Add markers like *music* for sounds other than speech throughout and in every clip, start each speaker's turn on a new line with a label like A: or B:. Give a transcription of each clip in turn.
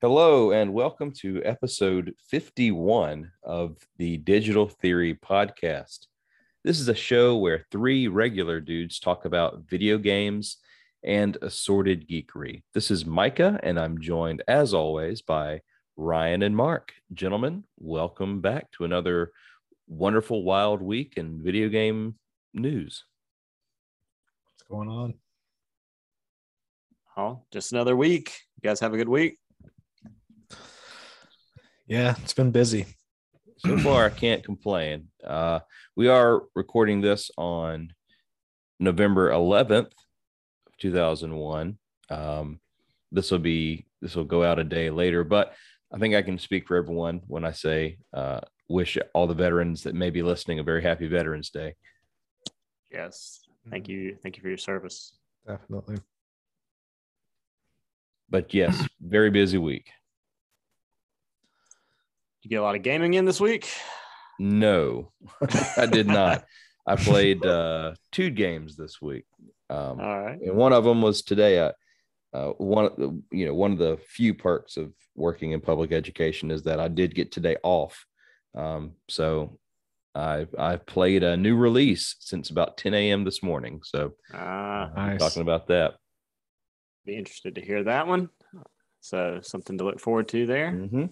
A: Hello, and welcome to episode 51 of the Digital Theory Podcast. This is a show where three regular dudes talk about video games and assorted geekery. This is Micah, and I'm joined, as always, by Ryan and Mark. Gentlemen, welcome back to another wonderful, wild week in video game news.
B: What's going on?
C: Oh, just another week. You guys have a good week.
B: Yeah, it's been busy.
A: so far i can't complain uh, we are recording this on november 11th 2001 um, this will be this will go out a day later but i think i can speak for everyone when i say uh, wish all the veterans that may be listening a very happy veterans day
C: Yes. Thank you. Thank you for your service.
B: Definitely.
A: but yes very busy week
C: You get a lot of gaming in this week.
A: no *laughs* i did not i played uh, two games this week um,
C: All right.
A: and one of them was today. Uh, uh, one of the you know one of the few perks of working in public education is that I did get today off. Um, so I I played a new release since about 10 a.m. this morning. So
C: Uh,
A: we're
B: Nice.
A: talking about that.
C: be interested to hear that one. So something to look forward to there. I
A: Mhm.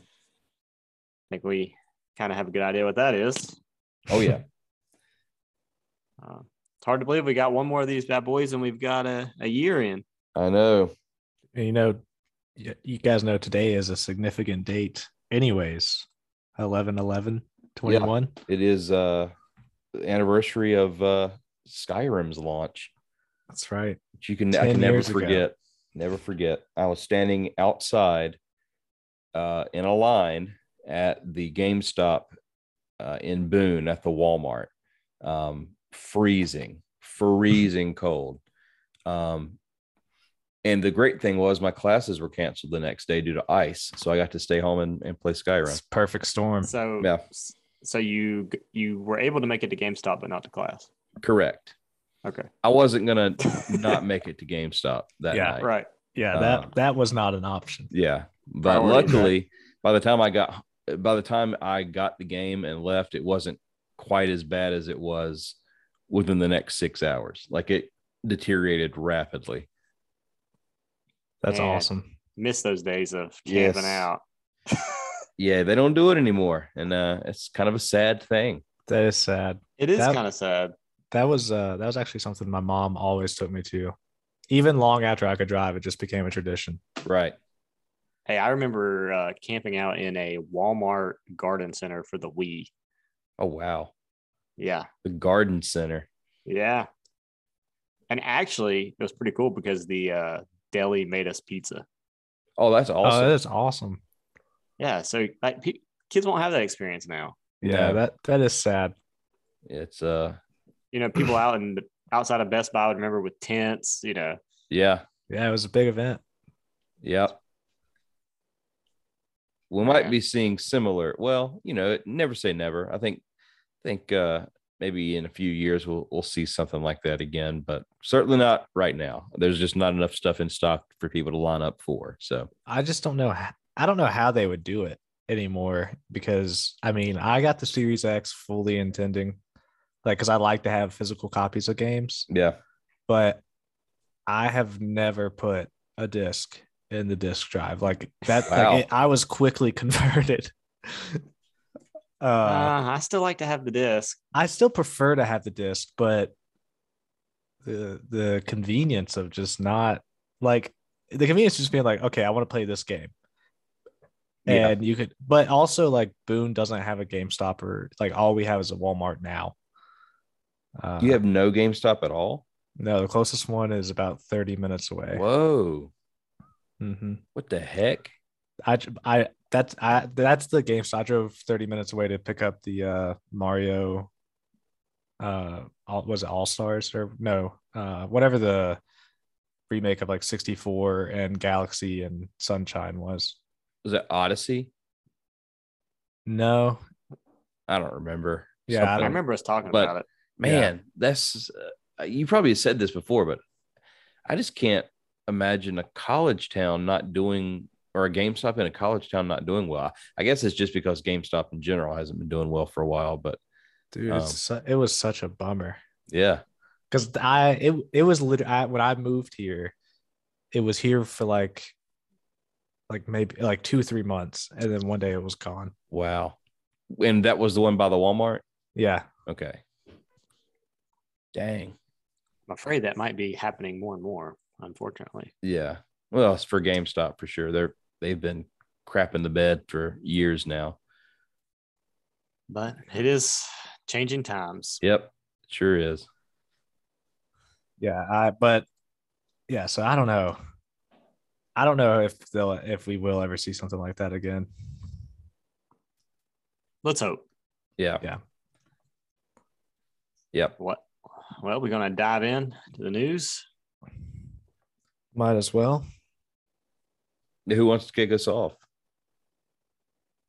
C: think we kind of have a good idea what that is.
A: Oh yeah, *laughs*
C: Uh, it's hard to believe we got one more of these bad boys and we've got a, a year in.
A: I know.
B: And you know, y- you guys know today is a significant date, anyways. 11 11 21.
A: It is uh, the anniversary of uh, Skyrim's launch.
B: That's right.
A: which you can I
B: 10
A: can never
B: years ago.
A: forget. Never forget. I was standing outside uh, in a line at the GameStop uh, in Boone at the Walmart, um, freezing,
B: *laughs*
A: freezing cold. Um, and the great thing was my classes were canceled the next day due to ice, so I got to stay home and, and play
B: It's
A: Skyrim.
B: perfect storm.
C: So
A: Yeah.
C: s- so you g- you were able to make it to GameStop but not to class.
A: Correct.
C: Okay.
A: I wasn't gonna
C: *laughs*
A: not make it to GameStop that
B: Yeah.
A: night.
C: Right.
B: Yeah,
A: Uh,
B: that that was not an option.
A: Yeah, but
C: Priority, right?
A: luckily, by the time I got by the time I got the game and left, it wasn't quite as bad as it was within the next six hours. Like it deteriorated rapidly.
B: That's
C: Man.
B: awesome.
C: Miss those days of
A: Yes. *laughs*
C: camping out.
A: Yeah, they don't do it anymore, and uh, it's kind of a sad thing.
B: That is sad.
C: It is
B: That-
C: kind of sad.
B: That was uh that was actually something my mom always took me to. Even long after I could drive, it just became a tradition.
A: Right?
C: Hey, I remember uh, camping out in a Walmart garden center for the Wii.
A: Oh wow,
C: Yeah.
A: the garden center.
C: Yeah. And actually, it was pretty cool because the uh, deli made us pizza.
A: Oh, that's
B: Oh,
A: awesome.
B: that's awesome.
C: Yeah. So like pe- kids won't have that experience now.
B: Yeah,
A: No.
B: that that is sad.
A: it's uh,
C: You know, people out in the outside of Best Buy would remember with tents, you know.
A: yeah,
B: Yeah, it was a big event.
A: Yep. We might
C: Okay.
A: be seeing similar. Well, you know, never say never. I think, think uh, maybe in a few years we'll we'll see something like that again, but certainly not right now. There's just not enough stuff in stock for people to line up for. So
B: I just don't know. h- I don't know how they would do it anymore because I mean, I got the Series X fully intending, like, because I like to have physical copies of games,
A: yeah,
B: but I have never put a disc in the disc drive like that.
A: Wow.
B: Like, it, I was quickly *laughs* converted. uh,
C: Uh, I still like to have the disc.
B: I still prefer to have the disc, but the the convenience of just not like the convenience of just being like, okay, I want to play this game.
A: Yeah.
B: And you could but also like Boone doesn't have a GameStop or like all we have is a Walmart now. Uh,
A: you have no GameStop at all.
B: no the closest one is about 30 minutes away.
A: Whoa,
B: hmm
A: what the heck?
B: I I that's I that's the GameStop. I drove 30 minutes away to pick up the uh Mario uh all, was it All Stars or no, uh whatever the remake of like 64 and Galaxy and Sunshine was.
A: Was it Odyssey?
B: No,
A: I don't remember.
B: Yeah, I
C: I
B: don't-
A: Something-
C: remember us talking
A: um, But-
C: about it.
A: man that's uh, you probably said this before but i just can't imagine a college town not doing or a GameStop in a college town not doing well? I- I guess it's just because GameStop in general hasn't been doing well for a while, but
B: dude.
A: Um,
B: it's su- it was such a bummer
A: yeah,
B: because I it it was literally I, when I moved here, it was here for like like maybe like two three months, and then one day it was gone.
A: wow. And that was the one by the Walmart.
B: Yeah,
A: Okay. Dang.
C: I'm afraid that might be happening more and more, unfortunately.
A: Yeah. Well, it's for GameStop for sure. They're they've been crapping the bed for years now.
C: But it is changing times.
A: Yep. Sure is.
B: yeah. I but yeah, so I don't know. I don't know if they'll if we will ever see something like that again.
C: Let's hope.
A: Yeah.
B: Yeah.
A: Yep.
C: What? Well, we're going to dive in to the news.
B: Might as well.
A: Who wants to kick us off?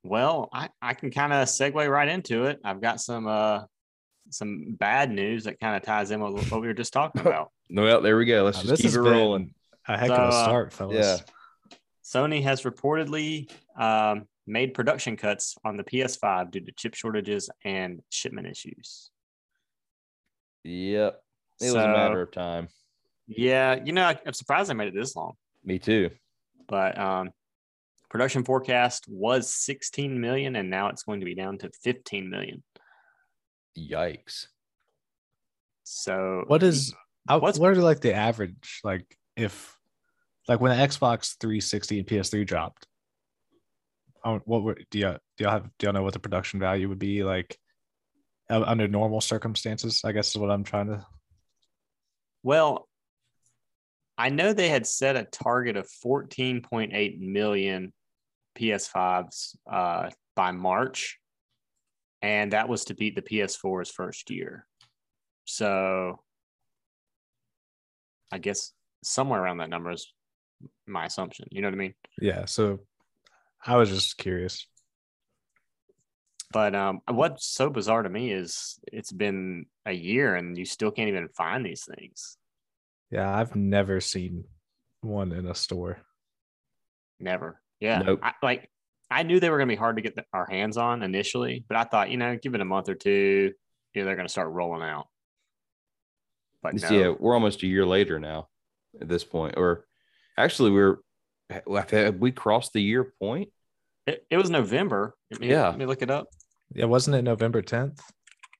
C: Well, I, I can kind of segue right into it. I've got some uh some bad news that kind of ties in with what we were just
A: *laughs*
C: talking about.
A: Well, there we go. Let's
B: Now,
A: just keep
B: has
A: it
B: been
A: rolling.
B: A heck
C: So,
B: of a
C: uh,
B: start, fellas.
A: yeah.
C: Sony has reportedly um, made production cuts on the PS5 due to chip shortages and shipment issues.
A: Yep. It was a matter of time.
C: Yeah, you know, I, I'm surprised I made it this long,
A: Me too.
C: but um, production forecast was 16 million, and now it's going to be down to 15 million.
A: Yikes.
C: So
B: What is I,
C: What's-
B: what's what are like the average like if like when the Xbox 360 and PS3 dropped? um, What were do y'all do y'all have do y'all know what the production value would be like u- under normal circumstances? I guess is what I'm trying to.
C: Well, I know they had set a target of 14.8 million PS5s uh, by March, and that was to beat the PS4's first year. So I guess somewhere around that number is my assumption. You know what I mean?
B: Yeah, so I was just curious.
C: But um, what's so bizarre to me is it's been a year and you still can't even find these things.
B: Yeah, I've never seen one in a store.
C: Never. Yeah.
A: Nope.
C: I, like I knew they were going to be hard to get the, our hands on initially, but I thought, you know, give it a month or two, you know, they're going to start rolling out. But no.
A: It's- Yeah, we're almost a year later now at this point. Or actually we're have we crossed the year point?
C: it, it was November. Let me-
A: Yeah.
C: Let me look it up.
B: Yeah, wasn't it November 10th?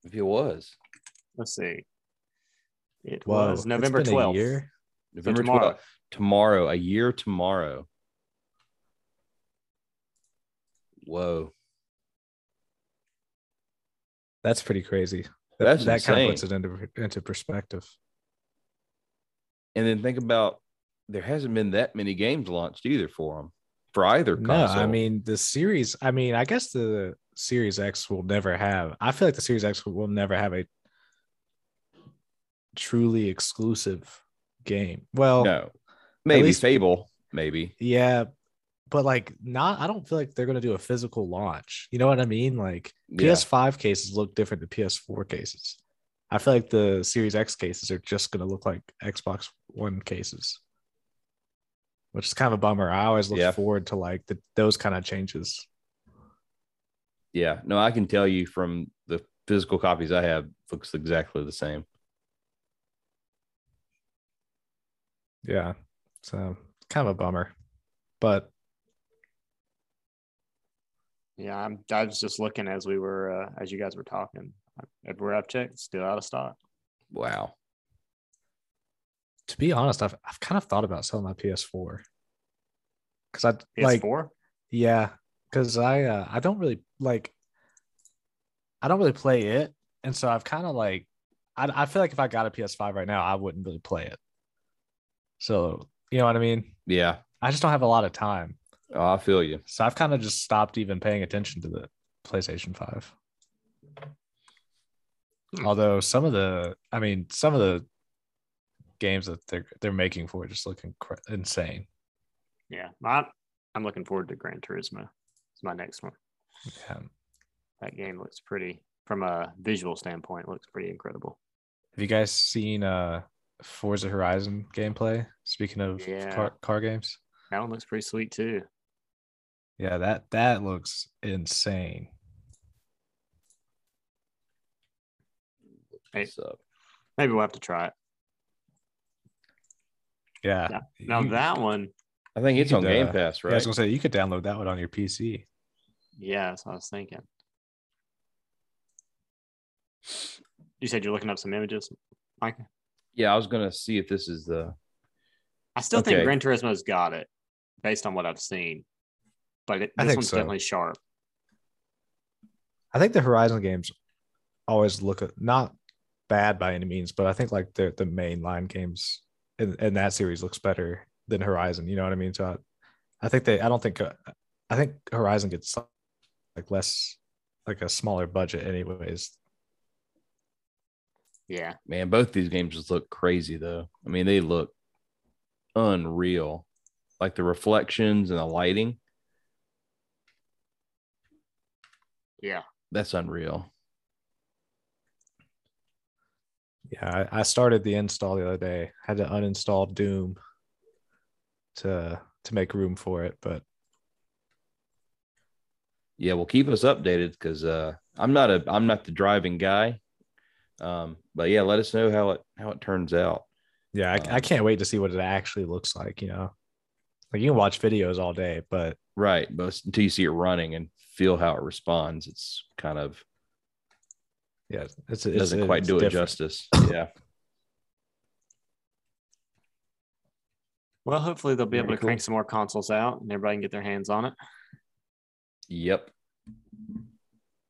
A: If it was.
C: Let's see. It
B: Whoa,
C: was
B: it's
C: November
B: been a
C: 12th.
B: year?
C: So
A: November
C: tomorrow.
A: 12th. Tomorrow, a year tomorrow. Whoa.
B: That's pretty crazy.
A: That's
B: that kind
A: insane.
B: of puts it into into perspective.
A: And then think about there hasn't been that many games launched either for them for either
B: No,
A: console.
B: I mean the series. I mean, I guess the Series X will never have. I feel like the Series X will never have a truly exclusive game. Well,
A: no. Maybe
B: least-
A: Fable, maybe.
B: yeah, but like not. I don't feel like they're gonna do a physical launch. You know what I mean? Like
A: Yeah.
B: PS5 cases look different to PS4 cases. I feel like the Series X cases are just gonna look like Xbox One cases, which is kind of a bummer. I always look
A: Yeah.
B: forward to like the, those kind of changes.
A: Yeah. No, I can tell you from the physical copies I have, looks exactly the same.
B: Yeah. So kind of a bummer. But
C: Yeah. I'm, I was just looking as we were, uh, as you guys were talking. Everywhere I've checked, still out of stock.
A: Wow.
B: to be honest, I've I've kind of thought about selling my PS4. Cause I like
C: PS4?
B: yeah, because I uh, I don't really like I don't really play it. And so I've kind of like I I feel like if I got a PS5 right now, I wouldn't really play it. So you know what I mean?
A: Yeah.
B: I just don't have a lot of time.
A: Oh, I feel you.
B: So I've kind of just stopped even paying attention to the PlayStation 5.
C: Hmm.
B: Although some of the, I mean, some of the games that they're they're making for it just look incre- insane.
C: yeah. I, I'm looking forward to Gran Turismo. It's my next one.
B: Yeah. Have
C: that game looks pretty from a visual standpoint looks pretty incredible
B: you guys seen uh Forza Horizon gameplay? Speaking of
C: Yeah.
B: car, car games,
C: that one looks pretty sweet too
B: Yeah, that that looks insane.
C: Hey.
A: What's up?
C: Maybe we'll have to try it.
B: Yeah.
C: Yeah. Now
B: You-
C: that one,
A: I think it's
B: You
A: on
B: could,
A: Game
B: uh,
A: Pass,
B: yeah,
A: right?
B: I was gonna say you could download that one on your PC.
C: yeah, that's what I was thinking. You said you're looking up some images, Mike.
A: Yeah, I was gonna see if this is the
C: I still
A: Okay.
C: think Gran Turismo's got it based on what I've seen, but it,
B: I
C: this
B: think
C: one's
B: so.
C: definitely sharp.
B: I think the Horizon games always look at- not bad by any means, but I think like the the main line games in, in that series looks better than Horizon. You know what I mean? So I, I think they. I don't think. uh, I think Horizon gets like less, like a smaller budget, anyways.
C: Yeah,
A: man. Both these games just look crazy though. I mean, they look unreal, like the reflections and the lighting.
C: yeah.
A: That's unreal.
B: Yeah, I, I started the install the other day. Had to uninstall Doom to to make room for it, but
A: Yeah, well, keep us updated because uh, I'm not a I'm not the driving guy. Um, but yeah, let us know how it how it turns out.
B: Yeah, I, I
A: Um,
B: can't wait to see what it actually looks like. You know, like you can watch videos all day, but
A: Right, but s- until you see it running and feel how it responds, it's kind of
B: yeah, it's
A: it
B: it's-
A: doesn't quite
B: it's
A: do it
B: different.
A: justice. Yeah,
C: Well, hopefully they'll be able
A: Very
C: to crank some more consoles out and everybody can get their hands on it.
A: yep.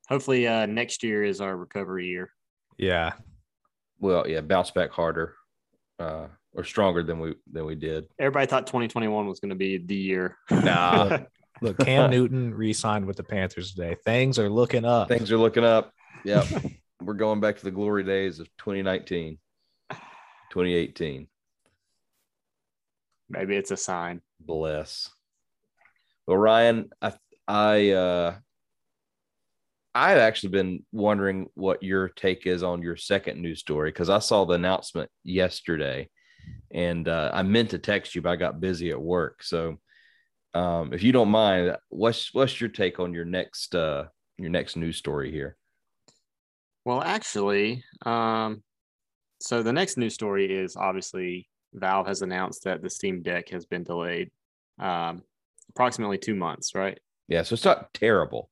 C: Hopefully, uh, next year is our recovery year.
A: *laughs*
B: Yeah,
A: Well, yeah, bounce back harder uh, or stronger than we than we did.
C: Everybody thought 2021 was going to be the year.
A: Nah. *laughs*
B: look, Cam Newton re-signed with the Panthers today. Things are looking up.
A: Things are looking up.
B: *laughs*
A: Yep, we're going back to the glory days of 2019, 2018.
C: Maybe it's a sign.
A: bless well ryan i i uh i've actually been wondering what your take is on your second news story because i saw the announcement yesterday and uh, i meant to text you but i got busy at work so um if you don't mind what's what's your take on your next uh your next news story here
C: Well, actually, um, so the next news story is obviously Valve has announced that the Steam Deck has been delayed um, approximately two months, right?
A: yeah so it's not terrible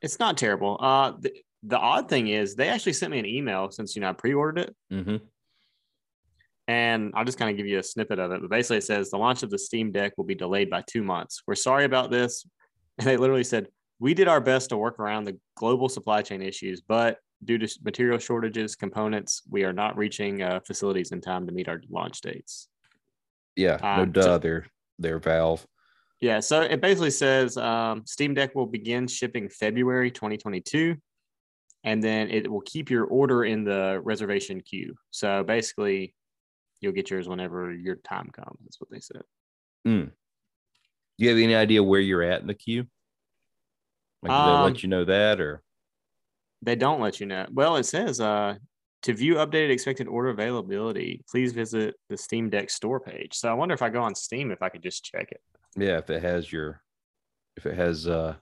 C: It's not terrible. Uh, the, the odd thing is, they actually sent me an email since, you know, I pre ordered it.
A: mm-hmm.
C: And I'll just kind of give you a snippet of it. But basically, it says the launch of the Steam Deck will be delayed by two months. We're sorry about this. *laughs* And they literally said, We did our best to work around the global supply chain issues, but due to s- material shortages, components, we are not reaching uh, facilities in time to meet our launch dates.
A: yeah no
C: Uh,
A: duh
C: so-
A: they're they're valve
C: Yeah. So it basically says um, Steam Deck will begin shipping February 2022. And then it will keep your order in the reservation queue. So basically, you'll get yours whenever your time comes. That's what they said.
A: do you have any idea where you're at in the queue like do they
C: Um,
A: let you know that or
C: They don't let you know. Well, it says uh, to view updated expected order availability, please visit the Steam Deck store page. So I wonder if I go on Steam if I could just check it.
A: Yeah, if it has your, if it has, uh,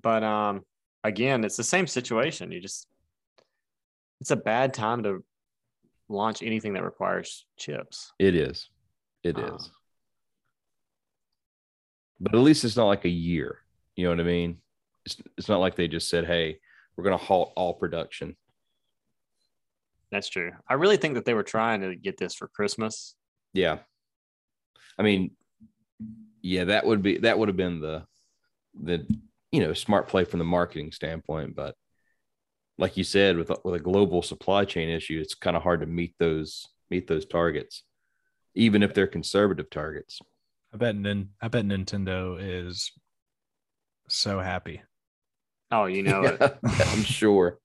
C: But um, again, it's the same situation. You just it's a bad time to launch anything that requires chips.
A: it is, it
C: Ah.
A: is. But at least it's not like a year. You know what I mean? It's it's not like they just said, "Hey, we're going to halt all production."
C: That's true. I really think that they were trying to get this for Christmas.
A: Yeah, I mean, yeah, that would be that would have been the the you know smart play from the marketing standpoint, but like you said, with a- with a global supply chain issue, it's kind of hard to meet those meet those targets, even if they're conservative targets.
B: I bet Nin- I bet Nintendo is so happy.
C: Oh, you know it.
A: *laughs* Yeah, I'm sure.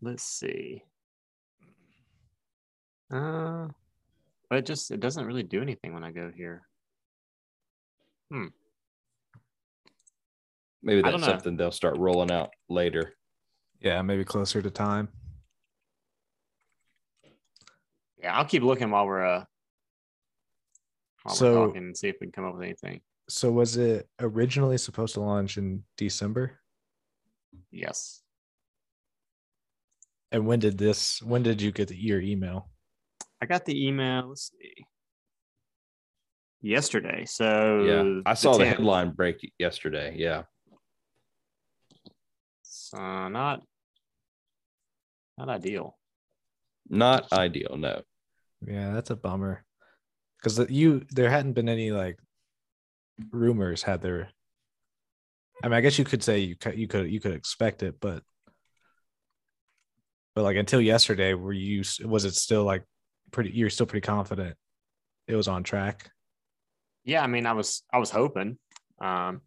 C: Let's see. Uh, but it just it doesn't really do anything when I go here.
A: Maybe
C: I don't
A: that's
C: know.
A: something they'll start rolling out later.
B: Yeah, maybe closer to time.
C: Yeah, I'll keep looking while we're uh while
B: So-
C: we're talking and see if we can come up with anything.
B: So was it originally supposed to launch in December?
C: Yes.
B: And when did this? When did you get the, your email?
C: I got the email. Let's see. Yesterday. So
A: yeah, I saw the
C: 10th.
A: headline break yesterday. Yeah,
C: So Uh, not not ideal.
A: not ideal. No,
B: Yeah, that's a bummer. Because you there hadn't been any like rumors, had there? I mean, I guess you could say you could you could you could expect it, but but like until yesterday, were you s- was it still like pretty? You're still pretty confident it was on track.
C: Yeah, I mean, I was I was hoping. Um,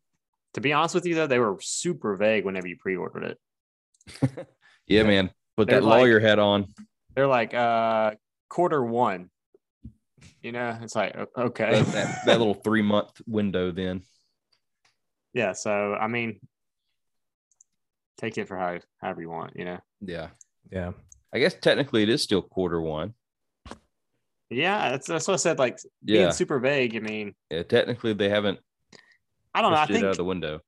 C: to be honest with you, though, they were super vague whenever you pre-ordered it.
A: yeah, man, put
C: They're
A: that
C: like-
A: lawyer hat
C: *laughs*
A: on.
C: They're like uh, quarter one. You know, it's like o- okay,
A: That, that, that little three month window. Then
C: yeah. So I mean, take it for how, however you want. You know.
A: yeah,
B: Yeah,
A: I guess technically it is still quarter one.
C: Yeah, that's, that's what I said. Like being
A: Yeah,
C: super vague. I mean,
A: yeah technically they haven't
C: I don't know. I
A: pushed it
C: think
A: out of the window.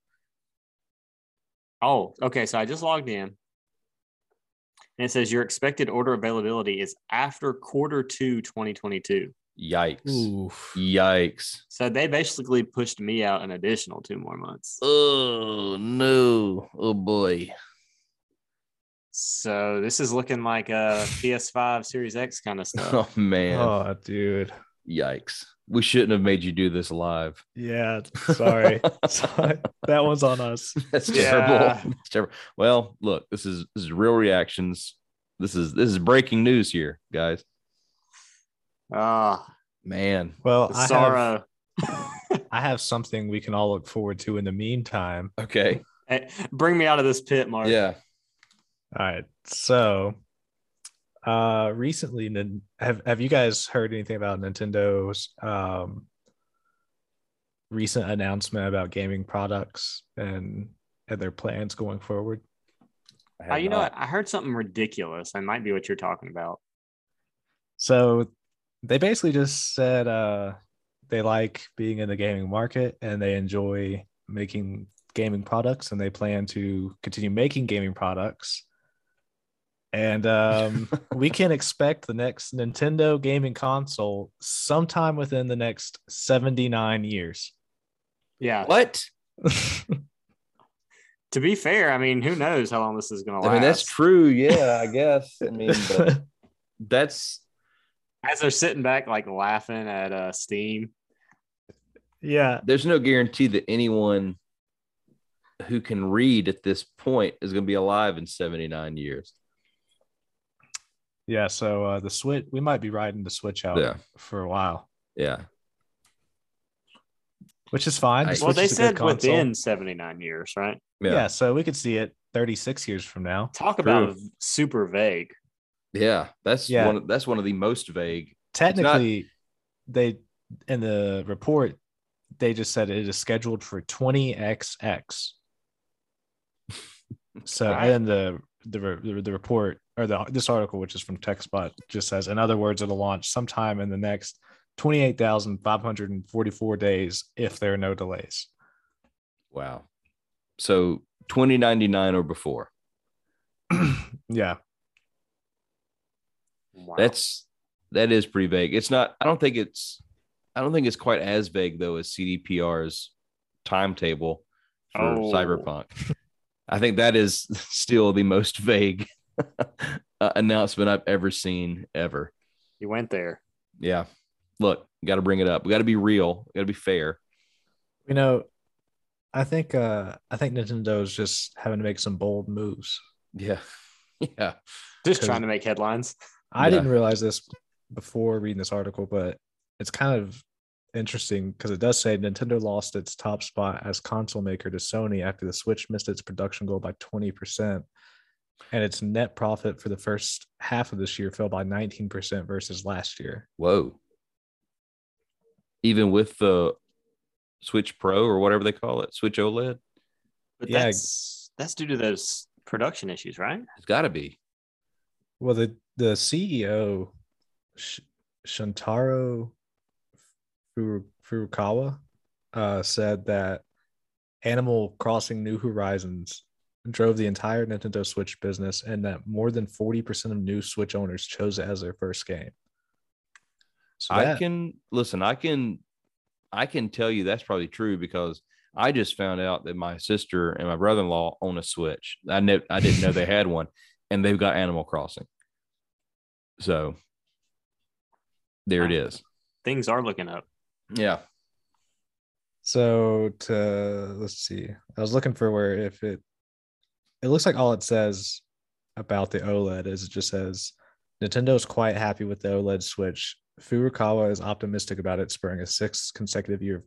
C: Oh, okay. So I just logged in. And it says your expected order availability is after quarter two 2022.
A: Yikes!
B: Oof.
A: Yikes!
C: So they basically pushed me out an additional two more months.
A: Oh no! Oh boy!
C: So this is looking like a PS5 Series X kind of stuff.
A: *laughs* *laughs* Oh man!
B: Oh, dude.
A: Yikes! We shouldn't have made you do this live.
B: *laughs* Yeah,
A: *laughs*
B: sorry. sorry. That was on us.
A: That's
C: Yeah.
A: terrible. That's terrible. Well, look, this is this is real reactions. This is this is breaking news here, guys.
C: Ah,
A: Man,
B: Well,
C: the
B: I have,
C: sorrow.
B: I have something we can all look forward to in the meantime.
A: okay,
C: Hey, bring me out of this pit, Mark.
A: yeah,
B: All right. So, uh, recently, Nin- have have you guys heard anything about Nintendo's um recent announcement about gaming products and and their plans going forward?
A: I
C: Oh,
A: have
C: you know
A: not.
C: what? I heard something ridiculous. That might be what you're talking about.
B: So, they basically just said uh they like being in the gaming market and they enjoy making gaming products and they plan to continue making gaming products. And um we can expect the next Nintendo gaming console sometime within the next 79
C: *laughs*
B: years.
A: *laughs*
C: Yeah.
A: what?
C: To be fair, I mean, who knows how long this is going to last?
A: I mean, that's true. Yeah, I guess. I mean, but
B: yeah,
A: that's
C: As they're sitting back, like laughing at uh, Steam.
A: there's no guarantee that anyone who can read at this point is going to be alive in 79 years.
B: yeah. So uh, the switch, we might be riding the switch out
A: Yeah.
B: for a while,
A: Yeah,
B: which is fine. The
A: Well,
C: well,
B: Switch
C: they
B: is a good
C: said
B: console.
C: within 79 years, right?
B: Yeah.
A: yeah,
B: so we could see it 36 years from now.
C: Talk about super vague.
A: yeah. That's
B: Yeah.
A: one. Of, that's one of the most vague.
B: Technically, they in the report they just said it is scheduled for *laughs* 20xx. So
C: Alright.
B: and then the, the re- the report or the this article, which is from TechSpot, just says, in other words, it'll launch sometime in the next 28,544 days if there are no delays. *clears throat*
A: Wow. So 2099 or before.
B: yeah,
C: Wow.
A: That's that is pretty vague. It's not. I don't think it's. I don't think it's quite as vague though as CDPR's timetable for
C: Oh.
A: Cyberpunk. I think that is *laughs* still the most vague *laughs* uh, announcement I've ever seen ever.
C: you went there.
A: Yeah. Look, got to bring it up. We got to be real. Got to be fair.
B: you know, I think uh I think Nintendo's just having to make some bold moves.
A: Yeah. *laughs* Yeah.
C: Just
B: 'Cause-
C: trying to make headlines.
B: I
A: Yeah.
B: didn't realize this before reading this article, but it's kind of interesting because it does say Nintendo lost its top spot as console maker to Sony after the Switch missed its production goal by 20%. And its net profit for the first half of this year fell by 19% versus last year.
A: Whoa. Even with the Switch Pro or whatever they call it, Switch E OLED,
C: But
B: Yeah.
C: that's that's due to those production issues, right?
A: it's got to be.
B: Well, E the, the CEO, Sh- Shantaro Furu- Furukawa uh, said that Animal Crossing New Horizons drove the entire Nintendo Switch business and that more than 40% of new Switch owners chose it as their first game. So
A: I
B: that-
A: can listen. I can, I can tell you that's probably true because I just found out that my sister and my brother-in-law own a Switch. I ne- I didn't know they had *laughs* one, and they've got Animal Crossing. So there it is.
C: Things are looking up.
A: Yeah.
B: So to let's see, I was looking for where if it it looks like all it says about the OLED is it just says Nintendo is quite happy with the OLED Switch. Furukawa is optimistic about it spurring a sixth consecutive year of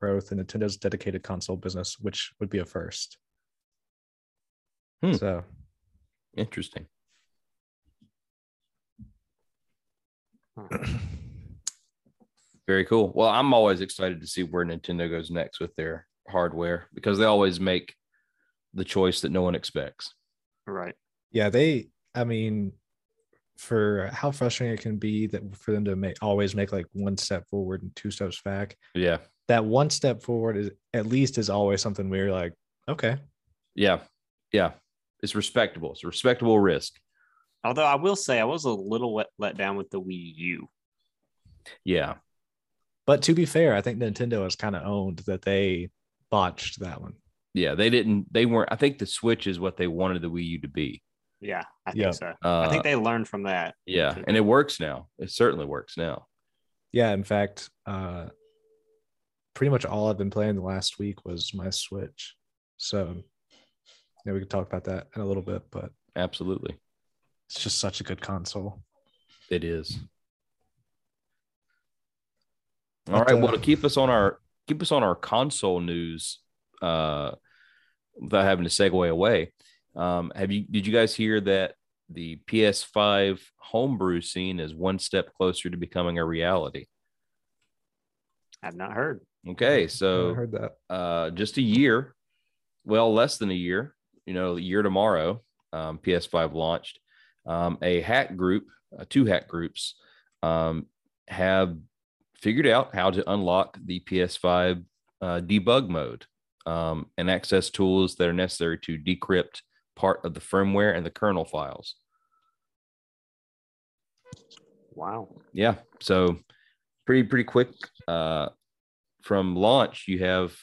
B: growth in Nintendo's dedicated console business, which would be a first.
A: Hmm.
B: So
A: Interesting. Very cool. Well, I'm always excited to see where Nintendo goes next with their hardware because they always make the choice that no one expects.
C: Right.
B: yeah, they I mean for how frustrating it can be that for them to make always make like one step forward and two steps back.
A: Yeah.
B: that one step forward is at least is always something we're like, okay,
A: Yeah. Yeah. It's respectable. It's a respectable risk.
C: Although I will say I was a little let, let down with the Wii U.
A: Yeah.
B: but to be fair, I think Nintendo has kind of owned that they botched that one.
A: Yeah. They didn't, they weren't, I think the Switch is what they wanted the Wii U to be.
C: Yeah, I think
B: Yeah.
C: so.
A: Uh,
C: I think they learned from that.
A: yeah. And it works now. It certainly works now.
B: Yeah, in fact, uh, pretty much all I've been playing the last week was my Switch. So yeah, we could talk about that in a little bit, but
A: Absolutely.
B: it's just such a good console.
A: It is.
B: But,
A: All right. Well, to
B: uh,
A: keep us on our keep us on our console news, uh, without having to segue away, um, have you did you guys hear that the PS5 homebrew scene is one step closer to becoming a reality?
C: I've not heard.
A: Okay,
B: I
A: so
B: heard that.
A: uh, just a year, well, less than a year, you know, a year tomorrow, um, PS5 launched. Um, a hack group, uh, two hack groups, um, have figured out how to unlock the PS5 uh, debug mode um, and access tools that are necessary to decrypt part of the firmware and the kernel files.
C: Wow.
A: yeah so pretty pretty quick uh from launch you have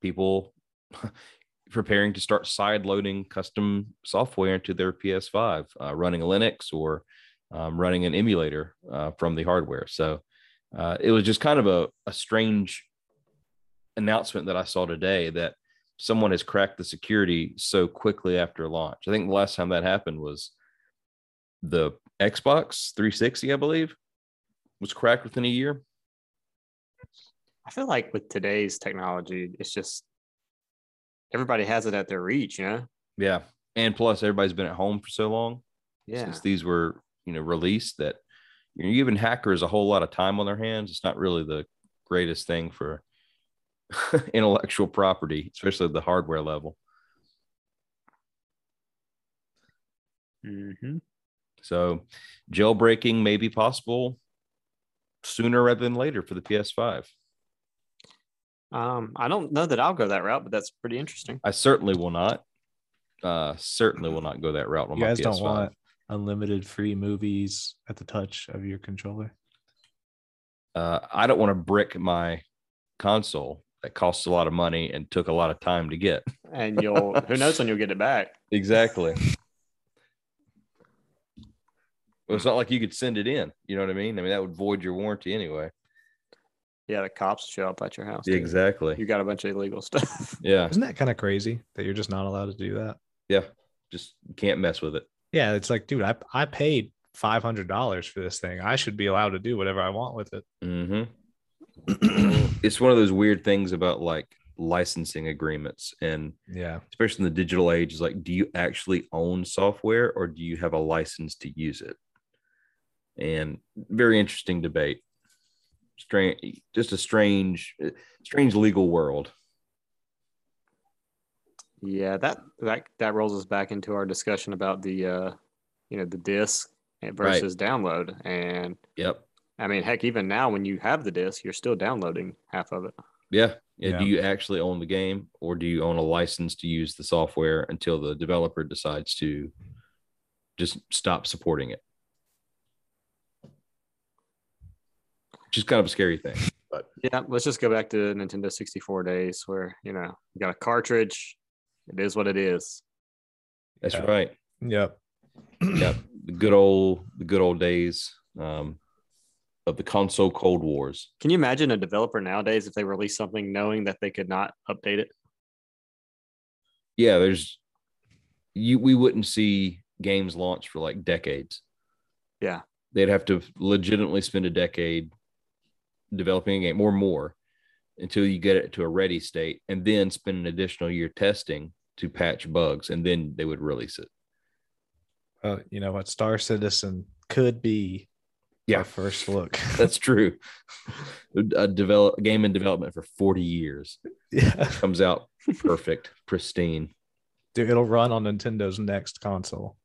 A: people *laughs* preparing to start sideloading custom software into their ps5 uh, running a linux or um, running an emulator uh, from the hardware so uh, it was just kind of a, a strange announcement that i saw today that someone has cracked the security so quickly after launch i think the last time that happened was the Xbox 360, I believe, was cracked within a year.
C: I feel like with today's technology, it's just everybody has it at their reach, you know?
A: Yeah. And plus, everybody's been at home for so long
C: Yeah.
A: since these were, you know, released that you're giving hackers a whole lot of time on their hands. It's not really the greatest thing for *laughs* intellectual property, especially the hardware level.
C: Mm-hmm.
A: So, jailbreaking may be possible sooner rather than later for the PS5.
C: Um, I don't know that I'll go that route, but that's pretty interesting.
A: I certainly will not. Uh, certainly will not go that route on
B: You
A: my
B: guys
A: PS5.
B: don't want unlimited free movies at the touch of your controller.
A: uh, I don't want to brick my console that costs a lot of money and took a lot of time to get.
C: And you'll who knows when you'll get it back.
A: *laughs* Exactly. Well, it's not like you could send it in. You know what I mean? I mean, that would void your warranty anyway.
C: Yeah, the cops show up at your house. dude. You
A: Exactly.
C: got a bunch of illegal stuff.
A: Yeah.
B: Isn't that kind of crazy that you're just not allowed to do that?
A: Yeah. Just you can't mess with it.
B: Yeah, it's like, dude, I I paid five hundred dollars for this thing. I should be allowed to do whatever I want with it.
A: hmm *clears throat* it's one of those weird things about like licensing agreements and
B: yeah,
A: especially in the digital age is like do you actually own software or do you have a license to use it and very interesting debate strange just a strange strange legal world
C: yeah, that that that rolls us back into our discussion about the uh you know the disc versus download. And
A: yep
C: I mean, heck, even now when you have the disc, you're still downloading half of it.
A: Yeah. yeah.
B: Yeah.
A: Do you actually own the game or do you own a license to use the software until the developer decides to just stop supporting it? Which is kind of a scary thing.
C: Yeah, let's just go back to Nintendo 64 days where, you know, you got a cartridge. It is what it is.
A: That's
B: Yeah.
A: right.
B: Yep.
A: Yeah. The good old the good old days um, of the console cold wars.
C: Can you imagine a developer nowadays if they release something knowing that they could not update it?
A: Yeah, there's you we wouldn't see games launch for like decades.
C: Yeah.
A: They'd have to legitimately spend a decade developing a game or more until you get it to a ready state and then spend an additional year testing to patch bugs and then they would release it. *laughs*
B: Well, you know what? Star Citizen could be our first look. *laughs*
A: That's true. *laughs* a develop a game in development for 40 years
B: yeah.
A: comes out perfect, pristine,
B: Dude, it'll run on Nintendo's next console.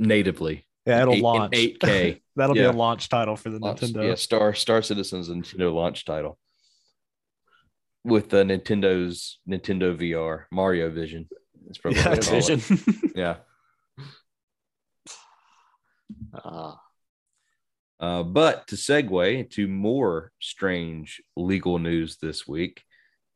A: natively.
B: Yeah, it'll
A: Eight- in
B: launch.
A: 8K. *laughs*
B: That'll
A: Yeah.
B: be a launch title for the Nintendo.
A: Yeah, Star Star Citizens and Nintendo launch title with the Nintendo's Nintendo VR Mario Vision. *laughs* That's probably
B: Yeah,
A: what they call it.
C: Vision.
A: Yeah.
C: uh,
A: Uh, but to segue to more strange legal news this week,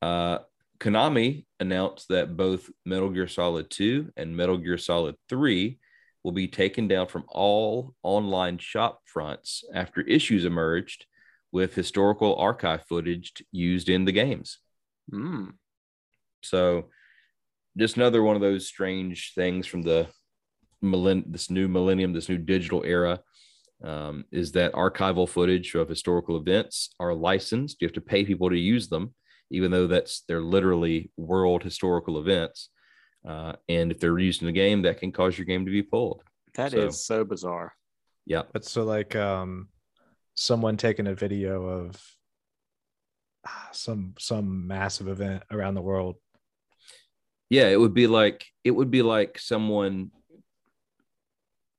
A: uh, Konami announced that both Metal Gear Solid 2 and Metal Gear Solid 3 will be taken down from all online shop fronts after issues emerged with historical archive footage t- used in the games.
C: mm,
A: So, just another one of those strange things from the millenn- this new millennium, this new digital era, um, is that archival footage of historical events are licensed. You have to pay people to use them, even though that's they're literally world historical events. Uh, and if they're used in a game, that can cause your game to be pulled.
C: that is
A: So-
C: so. bizarre.
A: Yeah,
B: But so like um someone taking a video of ah, some some massive event around the world.
A: yeah. It would be like it would be like someone.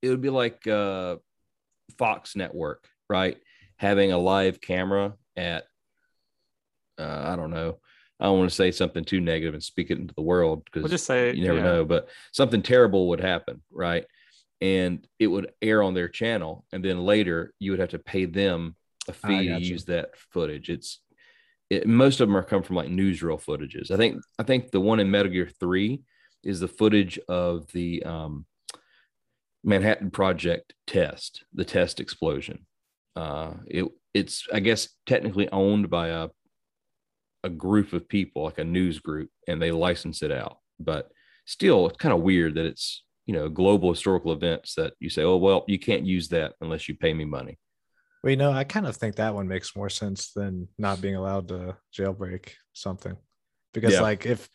A: It would be like uh, Fox Network, right? Having a live camera at, uh, I don't know, I don't want to say something too negative and speak it into the world
C: We'll
A: because
C: just say
A: you never
C: yeah,
A: know, but something terrible would happen, right? And it would air on their channel, and then later you would have to pay them a fee to
B: gotcha.
A: use that footage. It's it, most of them are come from like newsreel footages. I think I think the one in Metal Gear Three is the footage of the um, Manhattan Project test, the test explosion. Uh, it it's I guess technically owned by a a group of people, like a news group, and they license it out. But still, it's kind of weird that it's you know global historical events that you say, oh well, you can't use that unless you pay me money.
B: Well, you know, I kind of think that one makes more sense than not being allowed to jailbreak something. Because
A: Yeah.
B: like if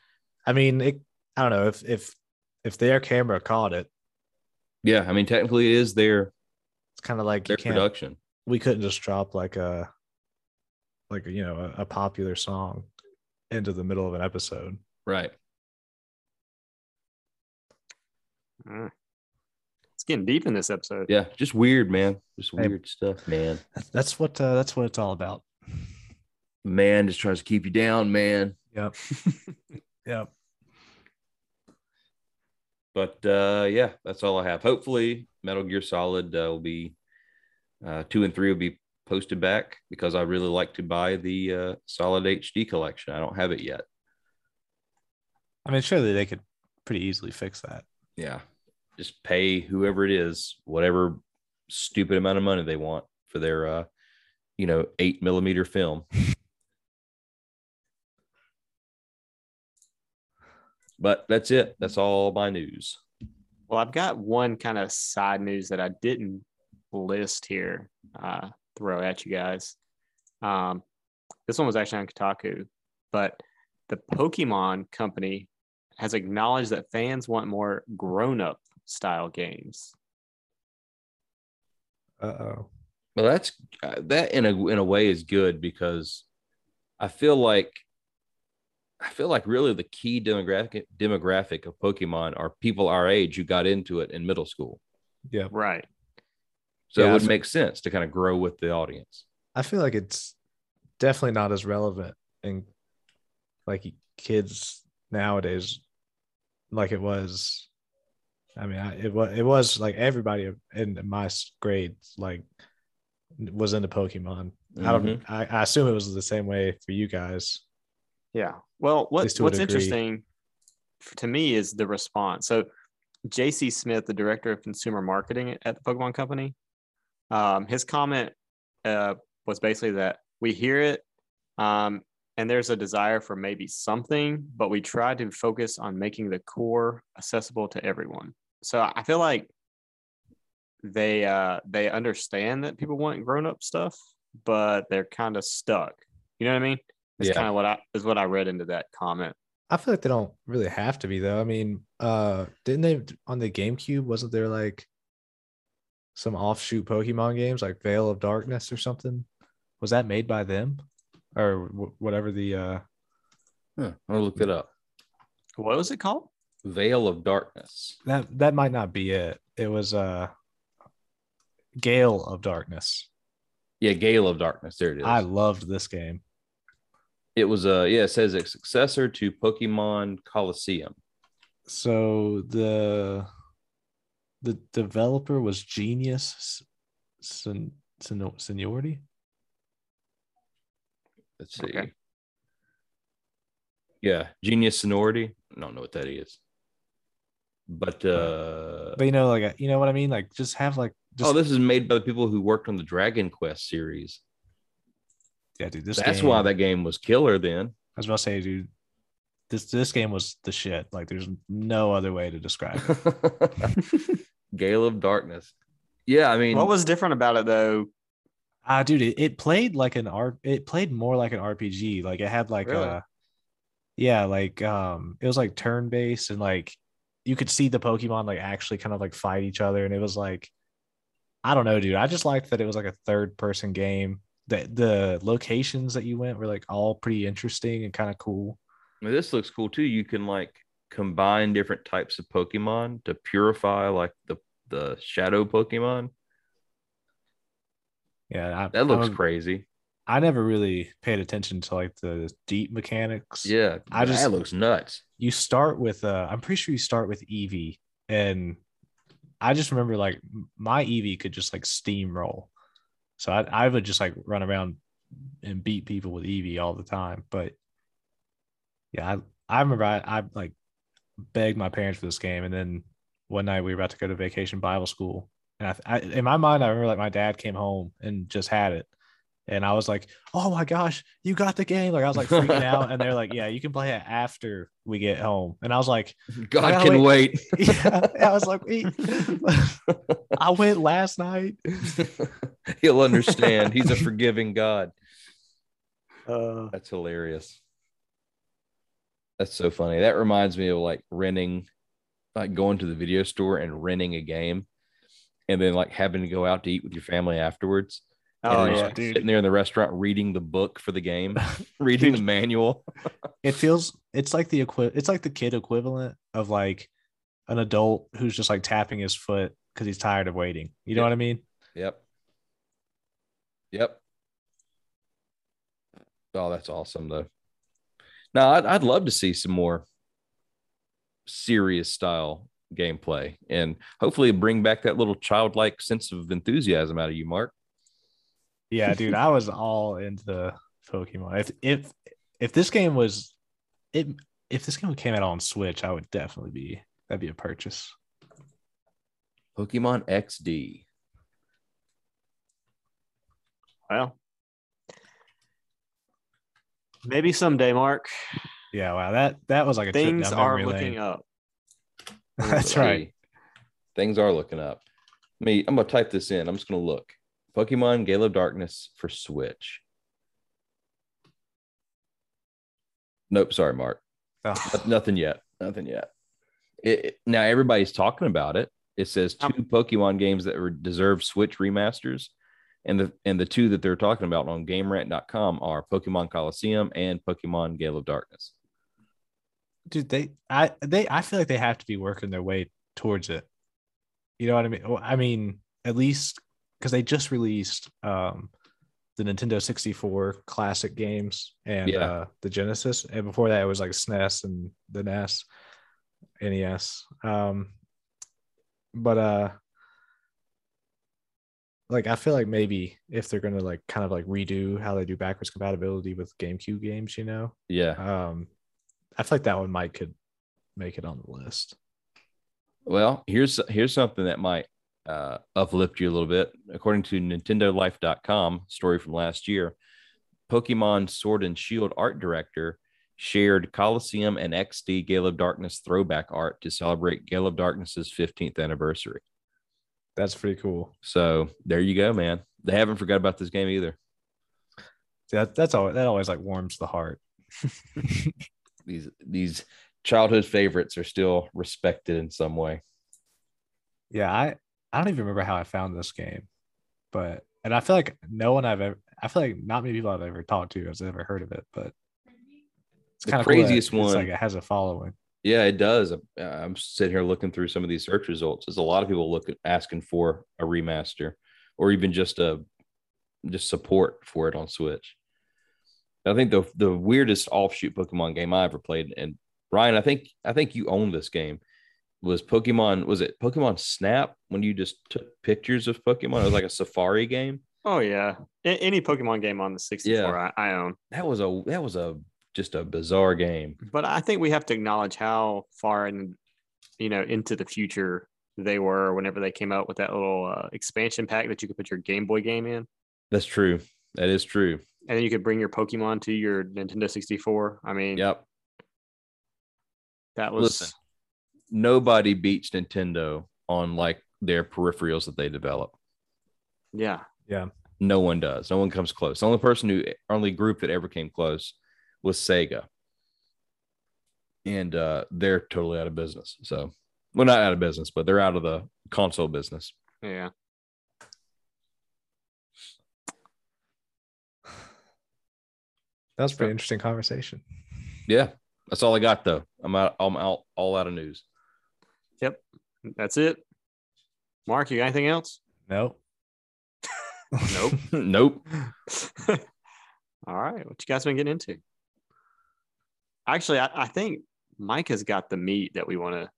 B: I mean it I don't know, if if if their camera caught it,
A: Yeah, I mean technically it is their
B: it's kind of like
A: their
B: you can't
A: production.
B: we couldn't just drop like a like you know a, a popular song into the middle of an episode.
A: Right.
C: mm. It's getting deep in this episode.
A: Yeah. Just weird, man. Just
B: Hey.
A: weird stuff, man.
B: That's- That's what uh, that's what it's all about.
A: Man just tries to keep you down, man.
B: Yep. yep.
A: But uh, yeah, that's all I have. Hopefully, Metal Gear Solid uh, will be uh, two and three will be posted back because I really like to buy the uh, Solid HD collection. I don't have it yet.
B: *laughs* I mean, surely they could pretty easily fix that.
A: Yeah, just pay whoever it is whatever stupid amount of money they want for their uh, you know eight millimeter film. but that's it. That's all my news.
C: Well, I've got one kind of side news that I didn't list here, uh, throw at you guys. Um, this one was actually on Kotaku, but the Pokemon company has acknowledged that fans want more grown up style games.
B: Uh oh.
A: Well, that's uh, that in a in a way is good because I feel like I feel like really the key demographic demographic of Pokemon are people our age who got into it in middle school.
B: Yeah.
C: Right.
A: So
B: Yeah,
A: it
B: I
A: would
B: fe-
A: make sense to kind of grow with the audience.
B: I feel like it's definitely not as relevant in like kids nowadays like it was. I mean, I, it was it was like everybody in my s- grade like was into Pokemon. I
A: Mhm.
B: don't. I, I assume it was the same way for you guys.
C: Yeah. Well, what,
B: least to a
C: what's
B: degree.
C: interesting f- to me is the response. So, JC Smith, the director of consumer marketing at the Pokemon Company, um, his comment uh, was basically that we hear it um, and there's a desire for maybe something, but we try to focus on making the core accessible to everyone. So, I feel like they uh, they understand that people want grown up stuff, but they're kind of stuck. You know what I mean? It's
A: Yeah.
C: kind of what I is what I read into that comment.
B: I feel like they don't really have to be though. I mean, uh didn't they on the GameCube? Wasn't there like some offshoot Pokemon games like Veil of Darkness or something? Was that made by them or w- whatever the uh
A: Huh, I'll look it up.
C: What was it called?
A: Veil of Darkness.
B: that that might not be it. It was uh Gale of Darkness.
A: Yeah, Gale of Darkness. There it is.
B: I loved this game.
A: it was a yeah. It says a successor to Pokemon Coliseum.
B: So the the developer was Genius Sen- Sen- Seniority.
A: Let's see.
C: Okay.
A: Yeah, Genius Sonority. I don't know what that is, but uh,
B: but you know, like you know what I mean. Like just have like just
A: oh, this is made by the people who worked on the Dragon Quest series.
B: yeah, dude. This
A: That's
B: game-
A: why that game was killer. Then
B: I was about to say, dude. This this game was the shit. Like there's no other way to describe
A: *laughs*
B: it.
A: Gale of Darkness. Yeah, I mean,
C: What was different about it though?
B: Ah, dude, it, it played like an R. It played more like an RPG. Like it had like
C: Really?
B: a yeah, like um, it was like turn based and like you could see the Pokemon like actually kind of like fight each other, and it was like I don't know, dude. I just liked that it was like a third person game. That the locations that you went were like all pretty interesting and kind of cool.
A: I mean, this looks cool too. You can like combine different types of Pokemon to purify like the the shadow Pokemon.
B: Yeah, I,
A: That looks
B: I'm-
A: crazy.
B: I never really paid attention to like the deep mechanics.
A: Yeah,
B: I just-
A: that looks
B: *laughs*
A: nuts.
B: You start with uh I'm pretty sure you start with E Eevee and I just remember like m- my Eevee could just like steamroll. So I I would just like run around and beat people with Eevee all the time. But yeah, I, I remember I, I like begged my parents for this game and then one night we were about to go to vacation Bible school. And I, I in my mind I remember like my dad came home and just had it. And I was like, oh my gosh, you got the game. Like I was like freaking out. And they're like, yeah, you can play it after we get home. And I was like,
A: God
B: gotta
A: can
B: *laughs*
A: wait. *laughs*
B: yeah. I was like, "We- *laughs* I went last night.
A: He'll understand. He's a forgiving God.
C: Uh,
A: That's hilarious. That's so funny. That reminds me of like renting, like going to the video store and renting a game, and then like having to go out to eat with your family afterwards. And
C: oh
A: then just
C: yeah,
A: sitting
C: dude.
A: there in the restaurant reading the book for the
C: *laughs*
A: game, reading the manual.
B: It feels it's like the equi- it's like the kid equivalent of like an adult who's just like tapping his foot because he's tired of waiting. You know
A: Yeah.
B: what I mean?
A: Yep. Yep. Oh, that's awesome though. Now I'd, I'd love to see some more serious style gameplay and hopefully bring back that little childlike sense of enthusiasm out of you, Mark.
B: Yeah, dude, I was all into Pokemon. If if if this game was it if this game came out on Switch, I would definitely be that'd be a purchase.
A: Pokemon XD.
C: Well, maybe someday, Mark.
B: Yeah, wow, that that was like a trip
C: Things
B: down
C: are
B: memory lane.
A: *laughs*
C: looking up.
B: That's
A: Let's
B: right.
A: see. Things are looking up. Me, I'm gonna type this in. I'm just gonna look. Pokemon Gale of Darkness for Switch. Nope, sorry, Mark.
B: Oh.
A: Noth- Nothing yet. Nothing yet. It, it- now everybody's talking about it. It says two
C: Um,
A: Pokemon games that were, deserve Switch remasters, and the and the two that they're talking about on GameRant.com are Pokemon Coliseum and Pokemon Gale of Darkness.
B: dude they i they i feel like they have to be working their way towards it you know what i mean Well, i mean at least because they just released um the Nintendo 64 classic games and
A: Yeah.
B: uh, the Genesis. And before that, it was like SNES and the E NES, NES. E Um, but uh, like I feel like maybe if they're gonna like kind of like redo how they do backwards compatibility with GameCube games, you know,
A: Yeah.
B: um, I feel like that one might could make it on the list.
A: Well, here's here's something that might uh, uplift you a little bit. According to NintendoLife.com, story from last year, Pokemon Sword and Shield art director shared Coliseum and XD Gale of Darkness throwback art to celebrate Gale of Darkness's 15th anniversary.
B: That's pretty cool.
A: So there you go, man. They haven't forgot about this game either.
B: See, that, that's all. That always like warms the heart. *laughs*
A: These these childhood favorites are still respected in some way.
B: yeah i i don't even remember how i found this game but and i feel like no one i've ever i feel like not many people i've ever talked to has ever heard of it but it's
A: The
B: kind of
A: craziest one-
B: like it has a following
A: Yeah, it does. I'm- uh, I'm sitting here looking through some of these search results. There's a lot of people looking asking for a remaster or even just a just support for it on Switch. I think the the weirdest offshoot Pokemon game I ever played, and Ryan, I think I think you own this game. Was Pokemon? Was it Pokemon Snap when you just took pictures of Pokemon? It was like a safari game.
C: Oh yeah, A- any Pokemon game on the 64 I, I own.
A: That was a that was a just a bizarre game.
C: But I think we have to acknowledge how far in, you know, into the future they were whenever they came out with that little uh, expansion pack that you could put your Game Boy game in, and
A: That's true. That is true.
C: then you could bring your Pokemon to your Nintendo 64. I mean,
A: Yep.
C: that was
A: Listen. nobody beats Nintendo on like their peripherals that they develop.
C: yeah.
A: No one does. No one comes close. The only person who, only group that ever came close was Sega. And uh, they're totally out of business. So, well, not out of business, but they're out of the console business.
C: Yeah.
B: that was a pretty
C: So-
B: interesting conversation
A: Yeah, that's all I got though. I'm out. I'm out. All out of news. *laughs*
C: That's it. Mark, you got anything else?
B: nope
C: Nope.
A: *laughs*
C: *laughs*
A: nope.
C: All right. What you guys been getting into? Actually, I, I think Mike has got the meat that we want to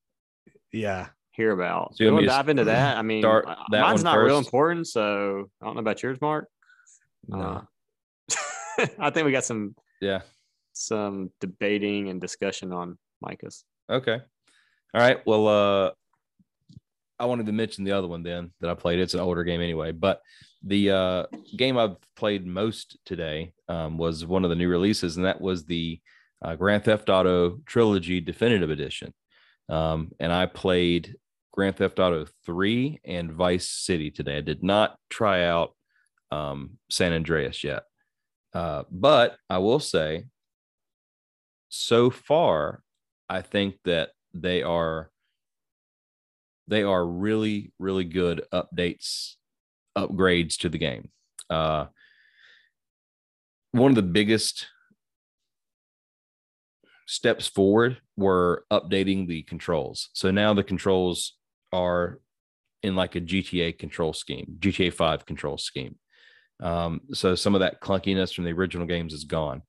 B: yeah
C: hear about.
A: So
C: So
A: you
C: you
A: want me
C: want to
A: to
C: dive into that? I mean,
A: start
C: uh,
A: that
C: mine's
A: one
C: not real
A: first?
C: important, so I don't know about yours, Mark.
B: no
C: Uh, *laughs* I think we got some
A: Yeah.
C: some debating and discussion on Micah's.
A: Okay. All right. Well, uh, I wanted to mention the other one then that I played. It's an older game anyway, but the uh, game I've played most today um, was one of the new releases, and that was the uh, Grand Theft Auto Trilogy Definitive Edition. Um, and I played Grand Theft Auto 3 and Vice City today. I did not try out um, San Andreas yet. Uh, but I will say, so far, I think that they are they are really really good updates upgrades to the game. Uh, one of the biggest steps forward were updating the controls. So now the controls are in like a GTA control scheme, GTA 5 control scheme. Um, so some of that clunkiness from the original games is gone.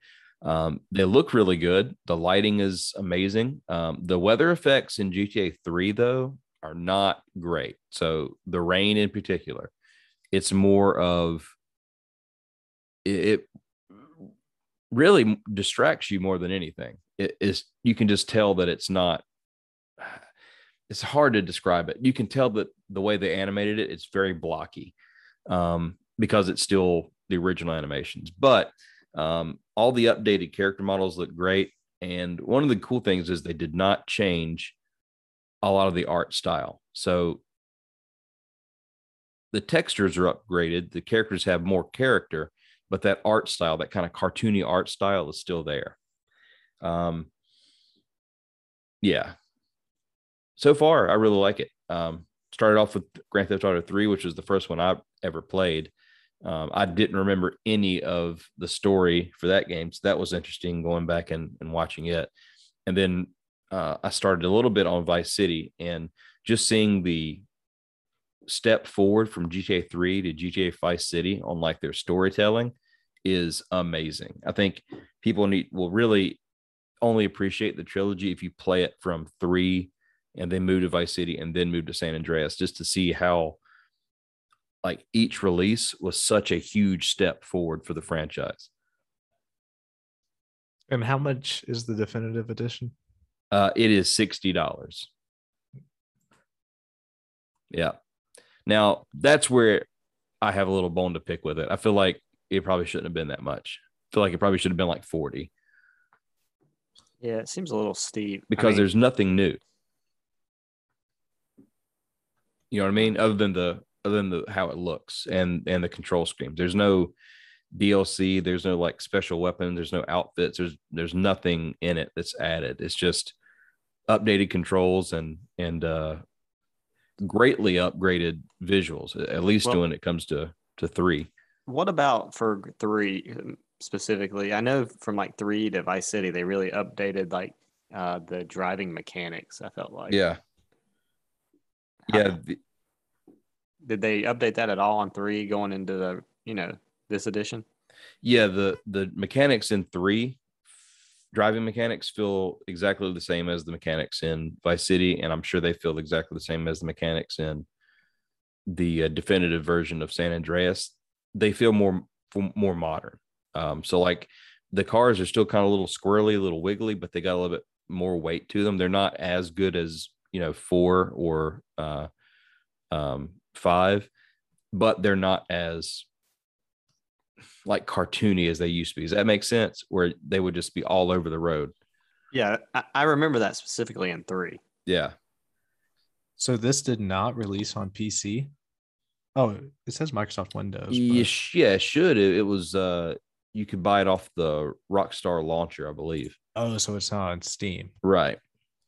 A: Um, they look really good. The lighting is amazing. Um, the weather effects in GTA 3, though, are not great. So the rain in particular, it's more of it, it really distracts you more than anything. It is you can just tell that it's not *sighs* it's hard to describe it. You can tell that the way they animated it, it's very blocky. Um, because it's still the original animations. But um, all the updated character models look great. And one of the cool things is they did not change a lot of the art style. So the textures are upgraded, the characters have more character, but that art style, that kind of cartoony art style, is still there. Um, yeah. So far, I really like it. Um, started off with Grand Theft Auto 3, which was the first one I ever played. Um, I didn't remember any of the story for that game, so that was interesting going back and, and watching it. And then uh, I started a little bit on Vice City and just seeing the step forward from GTA 3 to GTA Vice City on like their storytelling is amazing. I think people need will really only appreciate the trilogy if you play it from 3 and then move to Vice City and then move to San Andreas just to see how like each release was such a huge step forward for the franchise.
B: And how much is the definitive edition?
A: Uh, it is sixty dollars. Yeah. Now that's where I have a little bone to pick with it. I feel like it probably shouldn't have been that much. I feel like it probably should have been like forty
C: Yeah, it seems a little steep I
A: because
C: mean,
A: there's nothing new. You know what I mean? Other than the other than the how it looks and and the control schemes. There's no DLC. There's no like special weapons. There's no outfits. There's there's nothing in it that's added. It's just updated controls and and uh greatly upgraded visuals. At least
C: Well-
A: when it comes to to three.
C: What about for three um, specifically? I know from like three to Vice City, they really updated like uh, the driving mechanics. I felt like.
A: Yeah.
C: How-
A: Yeah. the-
C: Did they update that at all on three going into the you know this edition?
A: Yeah, the the mechanics in three driving mechanics feel exactly the same as the mechanics in Vice City, and I'm sure they feel exactly the same as the mechanics in the uh, definitive version of San Andreas. They feel more f- more modern. Um, so like the cars are still kind of a little squirrely, a little wiggly, but they got a little bit more weight to them. They're not as good as you know four or uh, um, five, but they're not as like cartoony as they used to be. Does that make sense? Where they would just be all over the road.
C: Yeah, I, I remember that specifically in three.
A: Yeah.
B: So this did not release on PC. Oh, it says Microsoft Windows. but-
A: Yeah, sh- yeah, it should. It, it was uh you could buy it off the Rockstar launcher, I believe.
B: Oh, so it's not on Steam.
A: Right.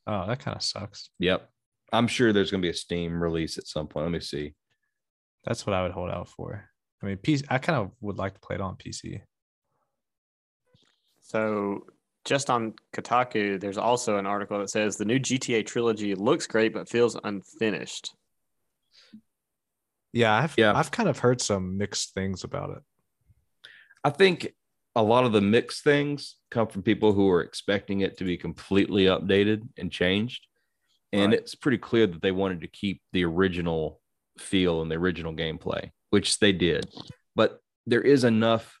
B: Oh, that kind of sucks.
A: Yep. I'm sure there's gonna be a Steam release at some point. Let me see.
B: That's what I would hold out for. I mean, PC, I kind of would like to play it on PC.
C: So just on Kotaku, there's also an article that says the new GTA trilogy looks great but feels unfinished.
B: Yeah, I've
A: Yeah.
B: I've kind of heard some mixed things about it.
A: I think a lot of the mixed things come from people who are expecting it to be completely updated and changed. And
C: Right.
A: it's pretty clear that they wanted to keep the original feel and the original gameplay, which they did. But there is enough,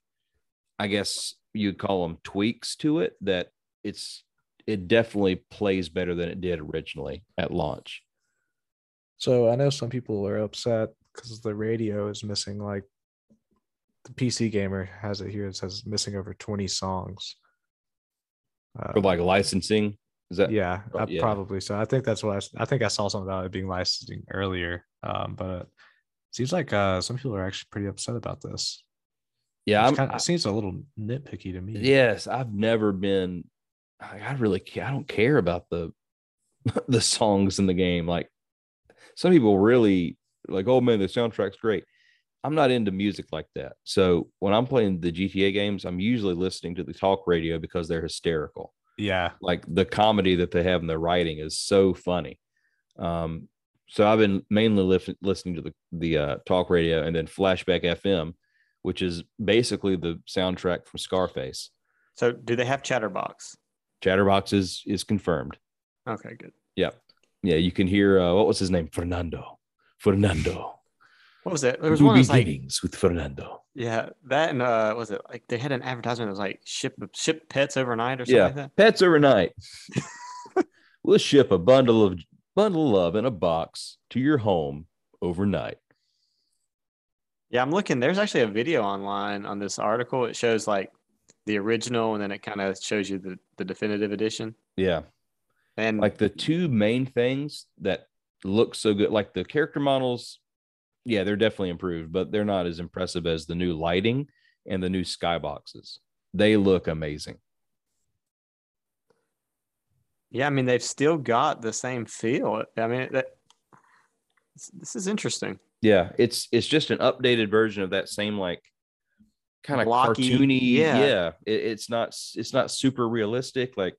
A: I guess you'd call them tweaks to it that it's it definitely plays better than it did originally at launch.
B: So I know some people are upset because the radio is missing. Like the PC gamer has it here. It says missing over twenty songs. Uh,
A: For like licensing, is that
B: yeah,
A: Pro-
B: uh,
A: yeah.
B: probably so. I think that's what I, s- I think I saw something about it being licensing earlier. Um, but it seems like uh, some people are actually pretty upset about this.
A: yeah?
B: It's
A: I'm-
B: kinda- it seems a little nitpicky to me.
A: Yes, I've never been. I I really, ca- I don't care about the *laughs* the songs in the game. Like some people really like. Oh man, the soundtrack's great. I'm not into music like that. So when I'm playing the GTA games, I'm usually listening to the talk radio because they're hysterical.
B: Yeah.
A: Like the comedy that they have in their writing is so funny. Um, so I've been mainly lif- listening to the the uh, talk radio and then Flashback FM, which is basically the soundtrack from Scarface.
C: So do they have Chatterbox?
A: Chatterbox is is confirmed.
C: Okay, good.
A: Yep. Yeah, you can hear uh, what was his name? Fernando. Fernando.
C: What was it? There was
A: New
C: one that was like
A: beginnings with Fernando.
C: Yeah, that and uh, was it like they had an advertisement that was like ship ship pets overnight or something
A: Yeah.
C: like that?
A: Pets overnight. *laughs* we'll ship a bundle of bundle of in a box to your home overnight.
C: Yeah, I'm looking. There's actually a video online on this article. It shows like the original, and then it kind of shows you the, the definitive edition.
A: Yeah.
C: And
A: Like the two main things that look so good, like the character models, yeah, they're definitely improved, but they're not as impressive as the new lighting and the new skyboxes. They look amazing.
C: yeah, I mean they've still got the same feel. I mean that this- this is interesting.
A: Yeah, it's it's just an updated version of that same like kind of
C: Blocky,
A: cartoony.
C: yeah.
A: it- it's not s- it's not super realistic. Like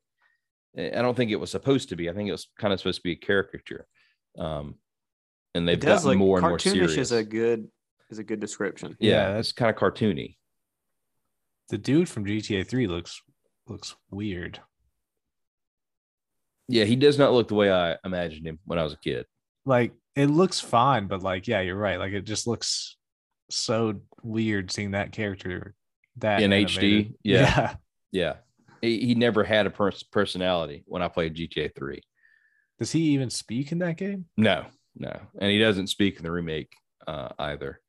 A: eh, I I don't think it was supposed to be. I think it was kind of supposed to be a caricature. Um, and they've
C: it does
A: got
C: look
A: more and more
C: cartoonish
A: serious.
C: is a good is a good description.
A: yeah,
B: Yeah,
A: that's kind of cartoony.
B: The dude from GTA 3 looks looks weird.
A: Yeah, he does not look the way I imagined him when I was a kid.
B: Like it looks fine, but like yeah, you're right. Like it just looks so weird seeing that character that
A: In
B: animated. *laughs*
A: HD? Yeah. Yeah, he, he never had a pers- personality when I played GTA Three.
B: Does he even speak in that game?
A: No, no, and he doesn't speak in the remake uh, either,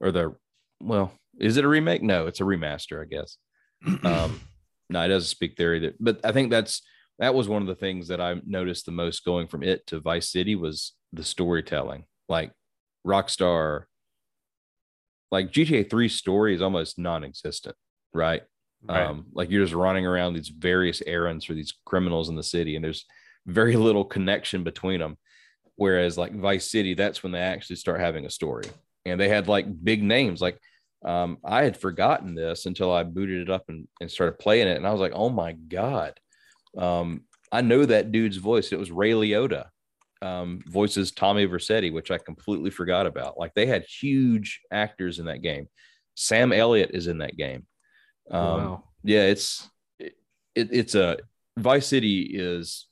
A: or the well, is it a remake? No, it's a remaster, I guess. Um, no, he doesn't speak there either. But I think that's that was one of the things that I noticed the most going from it to Vice City was the storytelling. Like Rockstar, like GTA 3 story is almost non-existent, right?
B: *clears throat* Right.
A: Um, like you're just running around these various errands for these criminals in the city, and there's very little connection between them. Whereas like Vice City, that's when they actually start having a story, and they had like big names. Like um, I had forgotten this until I booted it up and, and started playing it, and I was like, oh my god, um, I know that dude's voice. It was Ray Liotta. Um, voices Tommy Versetti, which I completely forgot about. Like they had huge actors in that game. Sam Elliott is in that game. Um,
B: wow.
A: yeah it's it, it's a vice city is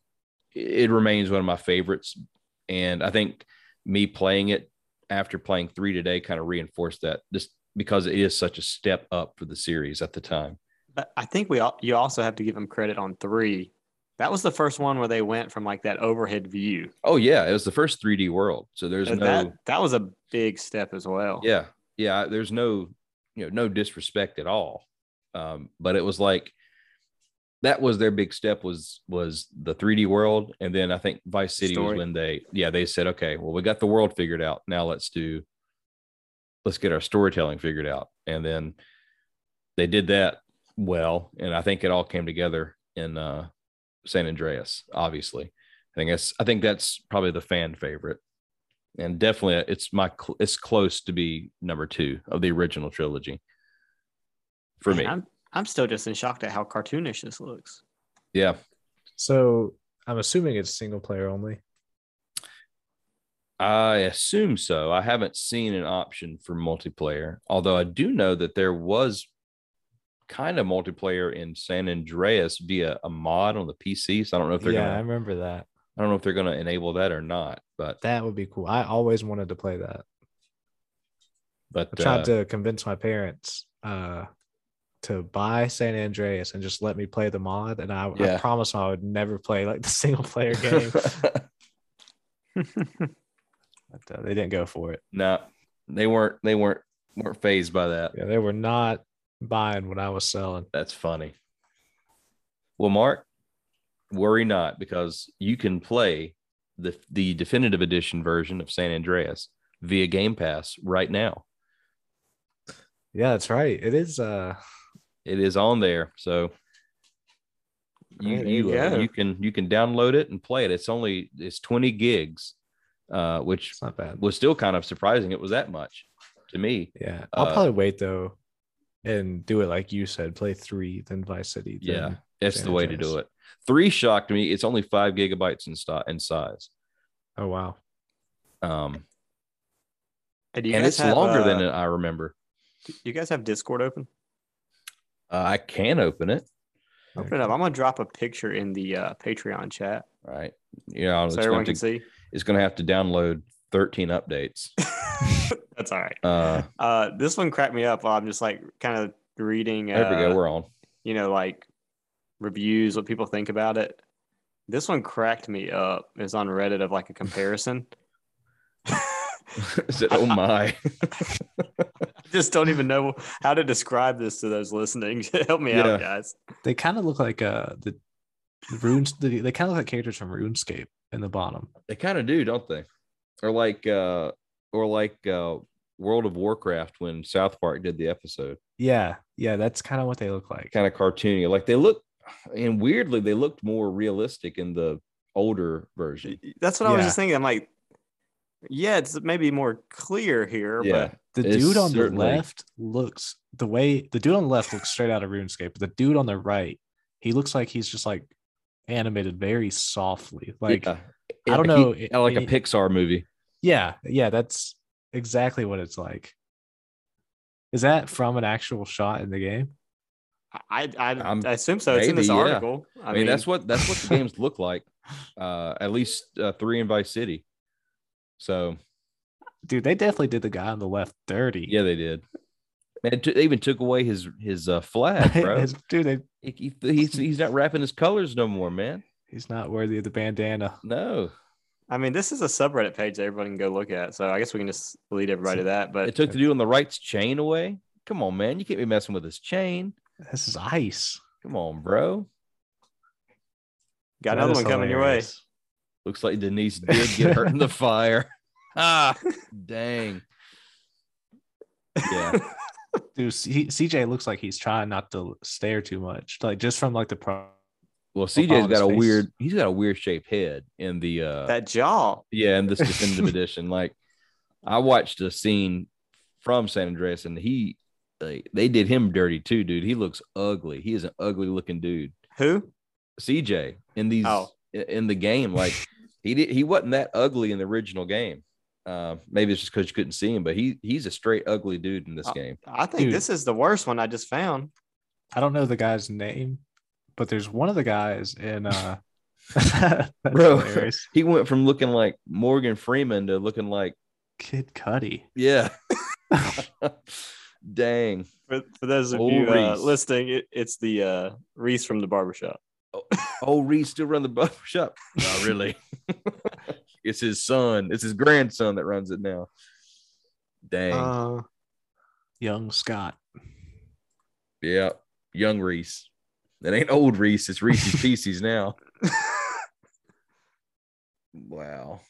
A: it remains one of my favorites and i think me playing it after playing three today kind of reinforced that just because it is such a step up for the series at the time
C: But I think we all, you also have to give them credit on three. That was the first one where they went from like that overhead view.
A: oh yeah it was the first 3d world so there's
C: And
A: no
C: that that was a big step as well.
A: yeah yeah there's no you know no disrespect at all um but it was like that was their big step was was the 3d world and then i think vice city was
C: Story.
A: when they yeah they said okay well we got the world figured out now let's do let's get our storytelling figured out and then they did that well and i think it all came together in uh san andreas obviously i think that's i think that's probably the fan favorite and definitely it's my cl- it's close to be number two of the original trilogy for
C: Man,
A: me
C: I'm I'm still just in shock at how cartoonish this looks.
A: yeah
B: So I'm assuming it's single player only.
A: I assume so. I haven't seen an option for multiplayer, although I do know that there was kind of multiplayer in San Andreas via a mod on the PC. So I don't know if they're
B: yeah, I
A: gonna
B: remember that.
A: I don't know if they're gonna enable that or not. But
B: That would be cool. I always wanted to play that.
A: but
B: I tried
A: uh,
B: to convince my parents uh, to buy San Andreas and just let me play the mod, and I,
A: Yeah.
B: I promised them I would never play like the *laughs* single
A: *laughs*
B: player game. but, uh, they didn't go for it.
A: no, they weren't they weren't weren't phased by that.
B: Yeah, they were not buying what I was selling.
A: That's funny. Well, Mark, worry not because you can play the the definitive edition version of San Andreas via Game Pass right now.
B: Yeah, that's right. It is. Uh,
A: It is on there, so you
C: Hey, there
A: you,
C: you
A: uh,
C: go.
A: you can you can download it and play it. It's only it's twenty gigs, uh, which
B: it's not bad.
A: was still kind of surprising. It was that much to me.
B: Yeah, I'll
A: Uh,
B: probably wait though, and do it like you said. Play three, then Vice City. Then
A: Yeah, that's
B: San
A: the way to do
B: Andreas.
A: it. Three shocked me. It's only five gigabytes in stock in size.
B: Oh wow.
A: Um,
C: Hey, do you
A: and
C: guys
A: it's
C: have,
A: longer than
C: uh,
A: I remember.
C: you guys have Discord open.
A: Uh, I can open it.
C: Open it up. I'm gonna drop a picture in the uh, Patreon chat
A: All right. Yeah, it's
C: so
A: going
C: everyone
A: to
C: can see. *laughs*
A: it's going to have to download 13 updates.
C: That's all right. *laughs*
A: Uh,
C: Uh, this one cracked me up. While I'm just like kind of reading. Uh,
A: there we go. We're on. *laughs*
C: you know, like reviews, what people think about it. This one cracked me up. It's on Reddit of like
A: *laughs*
C: a comparison. *laughs*
A: I said, oh my. *laughs*
C: I just don't even know how to describe this to those listening. Help me
A: Yeah.
C: out, guys.
B: They kind of look like uh the runes. The, they kind of look like characters from RuneScape in the bottom.
A: they kind of do, don't they? Or like, uh, or like uh, World of Warcraft when South Park did the episode.
B: Yeah, yeah, that's kind of what they look like.
A: Kind of cartoony. Like they look, and weirdly, they looked more realistic in the older version.
C: That's what I was
B: Yeah.
C: just thinking. I'm like, yeah, it's maybe more clear here,
A: Yeah.
B: The
A: It's
B: dude on the
A: certainly-
B: left looks the way the dude on the left looks straight out of RuneScape. But the dude on the right, he looks like he's just like animated very softly. Like
A: Yeah.
B: I don't
A: Like he-
B: know, it-
A: like a
B: it-
A: Pixar movie.
B: Yeah, yeah, that's exactly what it's like. Is that from an actual shot in the game?
C: I I,
A: Um,
C: I assume so. it's in
A: maybe,
C: this
A: yeah.
C: article.
A: I mean, that's what that's *laughs* what the games look like. Uh, at least uh, three in Vice City. So
B: Dude, they definitely did the guy on the left dirty. *laughs*
A: yeah, they did. Man, t- they even took away his his uh, *laughs* flag, bro.
B: It's- Dude, they,
A: he, he- he's he's not wrapping his colors no more, man.
B: he's not worthy of the bandana.
A: No,
C: I mean, this is a subreddit page that everybody can go look at. So I guess we can just lead everybody to that.
A: it
C: But
A: took the dude on the right's chain away. Come on, man, you can't be messing with his chain.
B: This is ice.
A: Come on, bro.
C: got
B: That
C: another
B: is
C: one coming your way.
B: hilarious.
A: Looks like Denise did get hurt *laughs* in the fire. Ah, dang. Yeah,
B: Dude, C- CJ looks like he's trying not to stare too much. Like just from like the pro.
A: Well,
B: on
A: CJ's
B: his
A: got a
B: face.
A: weird. He's got a weird shaped head in the. uh
C: *laughs* that jaw.
A: Yeah,
C: *laughs*
A: in this definitive edition, like I watched a scene from San Andreas, and he like they did him dirty too, dude. He looks ugly. He is an ugly looking dude.
C: Who?
A: CJ in these
C: Oh.
A: in- in the game,
C: *laughs*
A: like he did. He wasn't that ugly in the original game. Uh, maybe it's just because you couldn't see him, but he he's a straight ugly dude in this
C: Oh.
A: game.
C: I think
B: Dude.
C: this is the worst one I just found.
B: I don't know the guy's name, but there's one of the guys in
C: *laughs*
B: uh *laughs* that's
A: Bro.
B: hilarious.
A: He went from looking like Morgan Freeman to looking like
B: Kid Cuddy.
C: *laughs*
A: yeah, *laughs* dang.
C: For, for those of
A: Oh,
C: you uh,
A: Reese.
C: listening, it, it's the uh, Reese from the barbershop.
A: Oh, Reed still run the barber shop? Not really. *laughs* it's his son. It's his grandson that runs it now. Dang.
B: Uh, young Scott.
A: yeah. Young Reese. That ain't old Reese. It's Reese's Pieces now. Wow.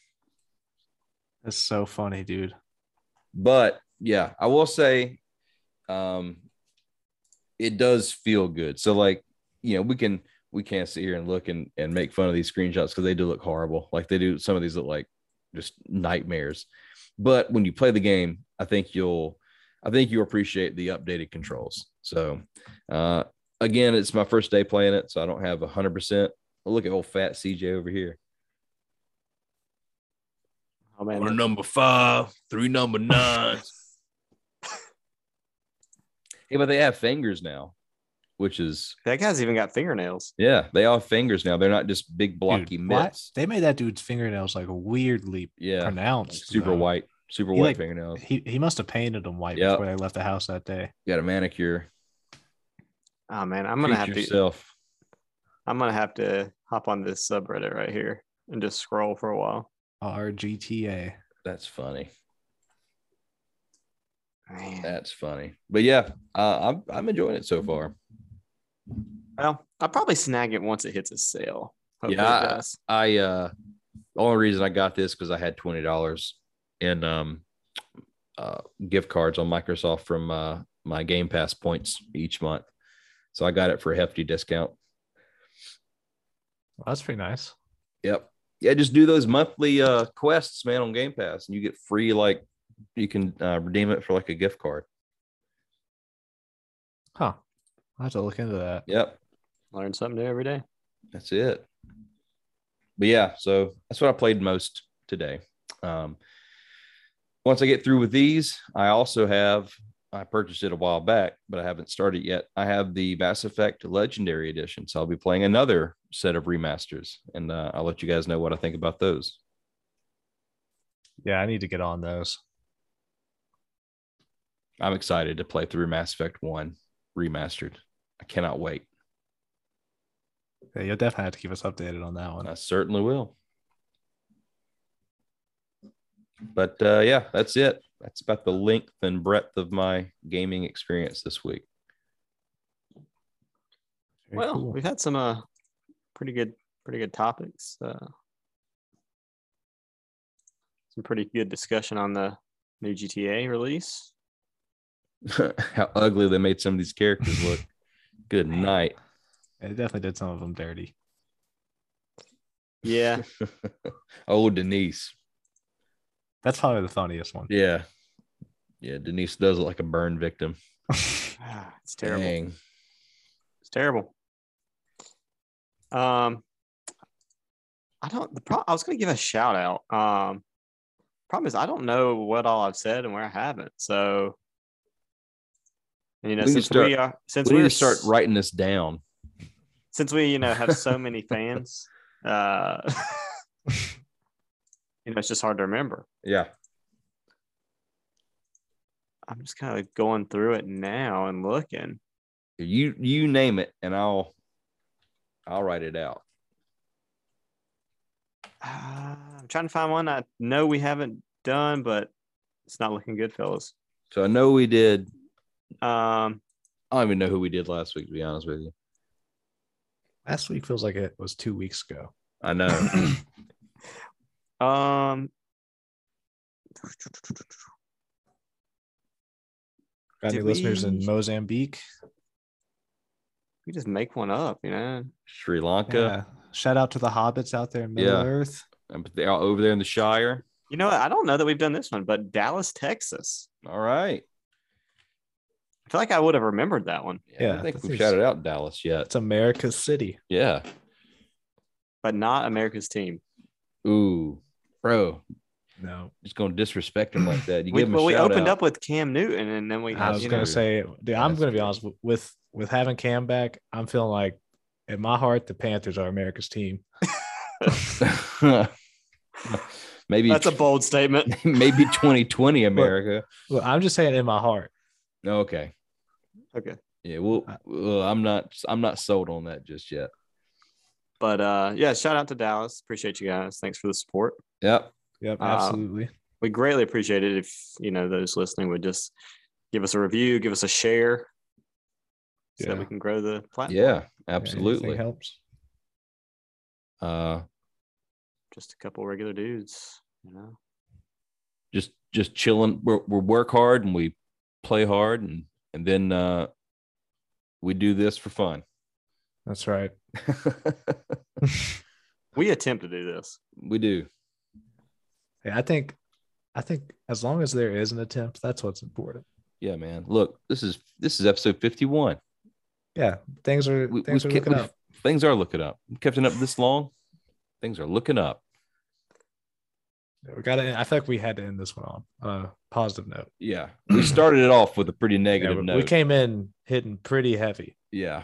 B: That's so funny, dude.
A: But yeah, I will say um it does feel good. So like, you know, we can we can't sit here and look and, and make fun of these screenshots because they do look horrible. Like they do some of these look like just nightmares. But when you play the game, I think you'll I think you'll appreciate the updated controls. So uh again, it's my first day playing it, so I don't have hundred percent. Look at old fat CJ over here.
C: *laughs* Oh man,
A: We're
C: that-
A: number five, three number nines. hey, but they have fingers now, which is
C: that guy's even got fingernails.
A: yeah, they all have fingers now. They're not just big blocky
B: Dude, why-
A: mitts.
B: They made that dude's fingernails like weirdly
A: Yeah, like
B: pronounced.
A: super
B: though.
A: white, super
B: He,
A: white
B: like,
A: fingernails.
B: He he must have painted them white
A: Yep.
B: before they left the house that day.
A: Got a manicure.
C: Oh man, I'm gonna
A: Treat
C: have to.
A: yourself.
C: I'm gonna have to hop on this subreddit right here and just scroll for a while.
B: RGTA.
A: That's funny.
C: Man.
A: That's funny. But yeah, uh, I'm I'm enjoying it so far.
C: Well, I'll probably snag it once it hits a sale. Hopefully
A: Yeah,
C: it does.
A: I uh the only reason I got this because I had twenty dollars in um uh gift cards on Microsoft from uh my Game Pass points each month. So I got it for a hefty discount.
B: Well, that's pretty nice.
A: Yep. Yeah, just do those monthly uh quests, man, on Game Pass, and you get free like you can uh, redeem it for like a gift card.
B: Huh. I'll have to look into that.
A: Yep,
C: Learn something new every day.
A: that's it. But yeah, so that's what I played most today. Um, once I get through with these, I also have I purchased it a while back, but I haven't started yet. I have the Mass Effect Legendary Edition, so I'll be playing another set of remasters, and uh, I'll let you guys know what I think about those.
B: Yeah, I need to get on those.
A: I'm excited to play through Mass Effect One remastered. I cannot wait.
B: Yeah, you'll definitely have to keep us updated on that
C: Uh,
B: one.
A: I certainly will. But uh, yeah, that's it. That's about the length and breadth of my gaming experience this week. *laughs*
B: Very
C: well,
B: cool.
C: we've had some uh pretty good pretty good topics. Uh some pretty good discussion on the new GTA release.
A: How ugly they made some of these characters look. Good night.
B: it definitely did some of them dirty.
A: *laughs*
C: Yeah.
A: oh, Denise.
B: That's probably the funniest one.
A: Yeah. Yeah, Denise does look like a burn victim.
C: Ah, it's terrible.
A: Dang.
C: It's terrible. Um I don't the pro- I was gonna give a shout out. Um problem is I don't know what all I've said and where I haven't. So, you know,
A: We need to
C: since
A: start-
C: we are since
A: we need
C: are
A: to start writing this down.
C: since we you know have so many fans, uh, *laughs* you know, it's just hard to remember.
A: Yeah.
C: I'm just kind of going through it now and looking.
A: You you name it, and I'll I'll write it out.
C: Uh, I'm trying to find one I know we haven't done, but it's not looking good, fellas.
A: So I know we did.
C: Um,
A: I don't even know who we did last week. To be honest with you,
B: Last week feels like it was two weeks
C: *clears throat*
B: ago.
A: I
B: *clears throat*
A: know.
C: um,
B: Got any
C: Did
B: listeners in
C: we-
B: Mozambique?
C: we just make one up, you know.
A: Sri Lanka.
B: Yeah. Shout out to the hobbits out there in Middle
A: Yeah.
B: Earth.
A: Um, They're all over there in the Shire.
C: You know, what? I don't know that we've done this one, but Dallas, Texas.
A: All right.
C: I feel like I would have remembered that one,
A: I
B: Yeah,
A: don't think
B: this
A: we've
B: is-
A: shouted out Dallas yet.
B: It's America's city.
A: Yeah.
C: but not America's team.
A: Ooh, bro,
B: No,
A: just gonna disrespect him like that. You
C: We,
A: give him a
C: well, we
A: shout
C: opened
A: out.
C: up with Cam Newton, and then we.
B: I was
C: you
B: gonna
C: know,
A: true.
B: say, dude, I'm
A: That's
B: gonna be
A: true.
B: honest w- with with having Cam back. I'm feeling like, in my heart, the Panthers are America's team.
A: *laughs* maybe
C: that's a bold statement. *laughs*
A: maybe 2020 America.
B: Well, I'm just saying in my heart.
A: Okay.
C: Okay,
A: Yeah. Well, well, I'm not. I'm not sold on that just yet.
C: but uh, yeah, shout out to Dallas. Appreciate you guys. Thanks for the support.
A: Yep.
B: Yep,
C: Uh,
B: absolutely.
C: We greatly appreciate it if you know those listening would just give us a review, give us a share, so that
B: Yeah.
C: we can grow the platform.
A: Yeah.
B: Yeah, anything
A: Absolutely.
B: helps.
A: Uh,
C: Just a couple regular dudes, you know.
A: just just chilling. We're, we work hard and we play hard and and then uh, we do this for fun. *laughs*
B: That's right.
C: We attempt to do this.
A: we do.
B: Yeah, I think, I think as long as there is an attempt, that's what's important.
A: Yeah, man. Look, this is this is episode 51.
B: Yeah, things are
A: We-
B: things are
A: we've kept-
B: looking
A: we've-
B: up.
A: Things are looking up. We kept it up this long. Things are looking up.
B: We got to. I feel like we had to end this one on a positive note.
A: Yeah.
B: *clears throat*
A: We started it off with a pretty
B: Yeah,
A: negative
B: we,
A: note.
B: we came in hitting pretty heavy. *clears throat*
A: Yeah.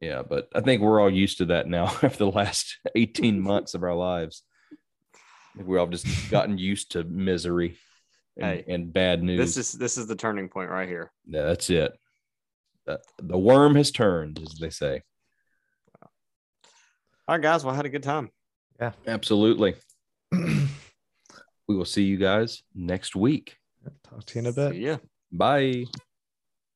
A: Yeah, but I think we're all used to that now *laughs* after the last
B: *laughs*
A: 18 months of our lives. I think We're all just gotten used to misery and,
C: Hey,
A: and bad news.
C: This is this is the turning point right here.
A: yeah, that's it. Uh, The worm has turned, as they say.
C: All right, guys. Well, I had a good time.
A: Absolutely. we will see you guys next week.
B: Talk to you in a bit.
C: Yeah.
A: Bye.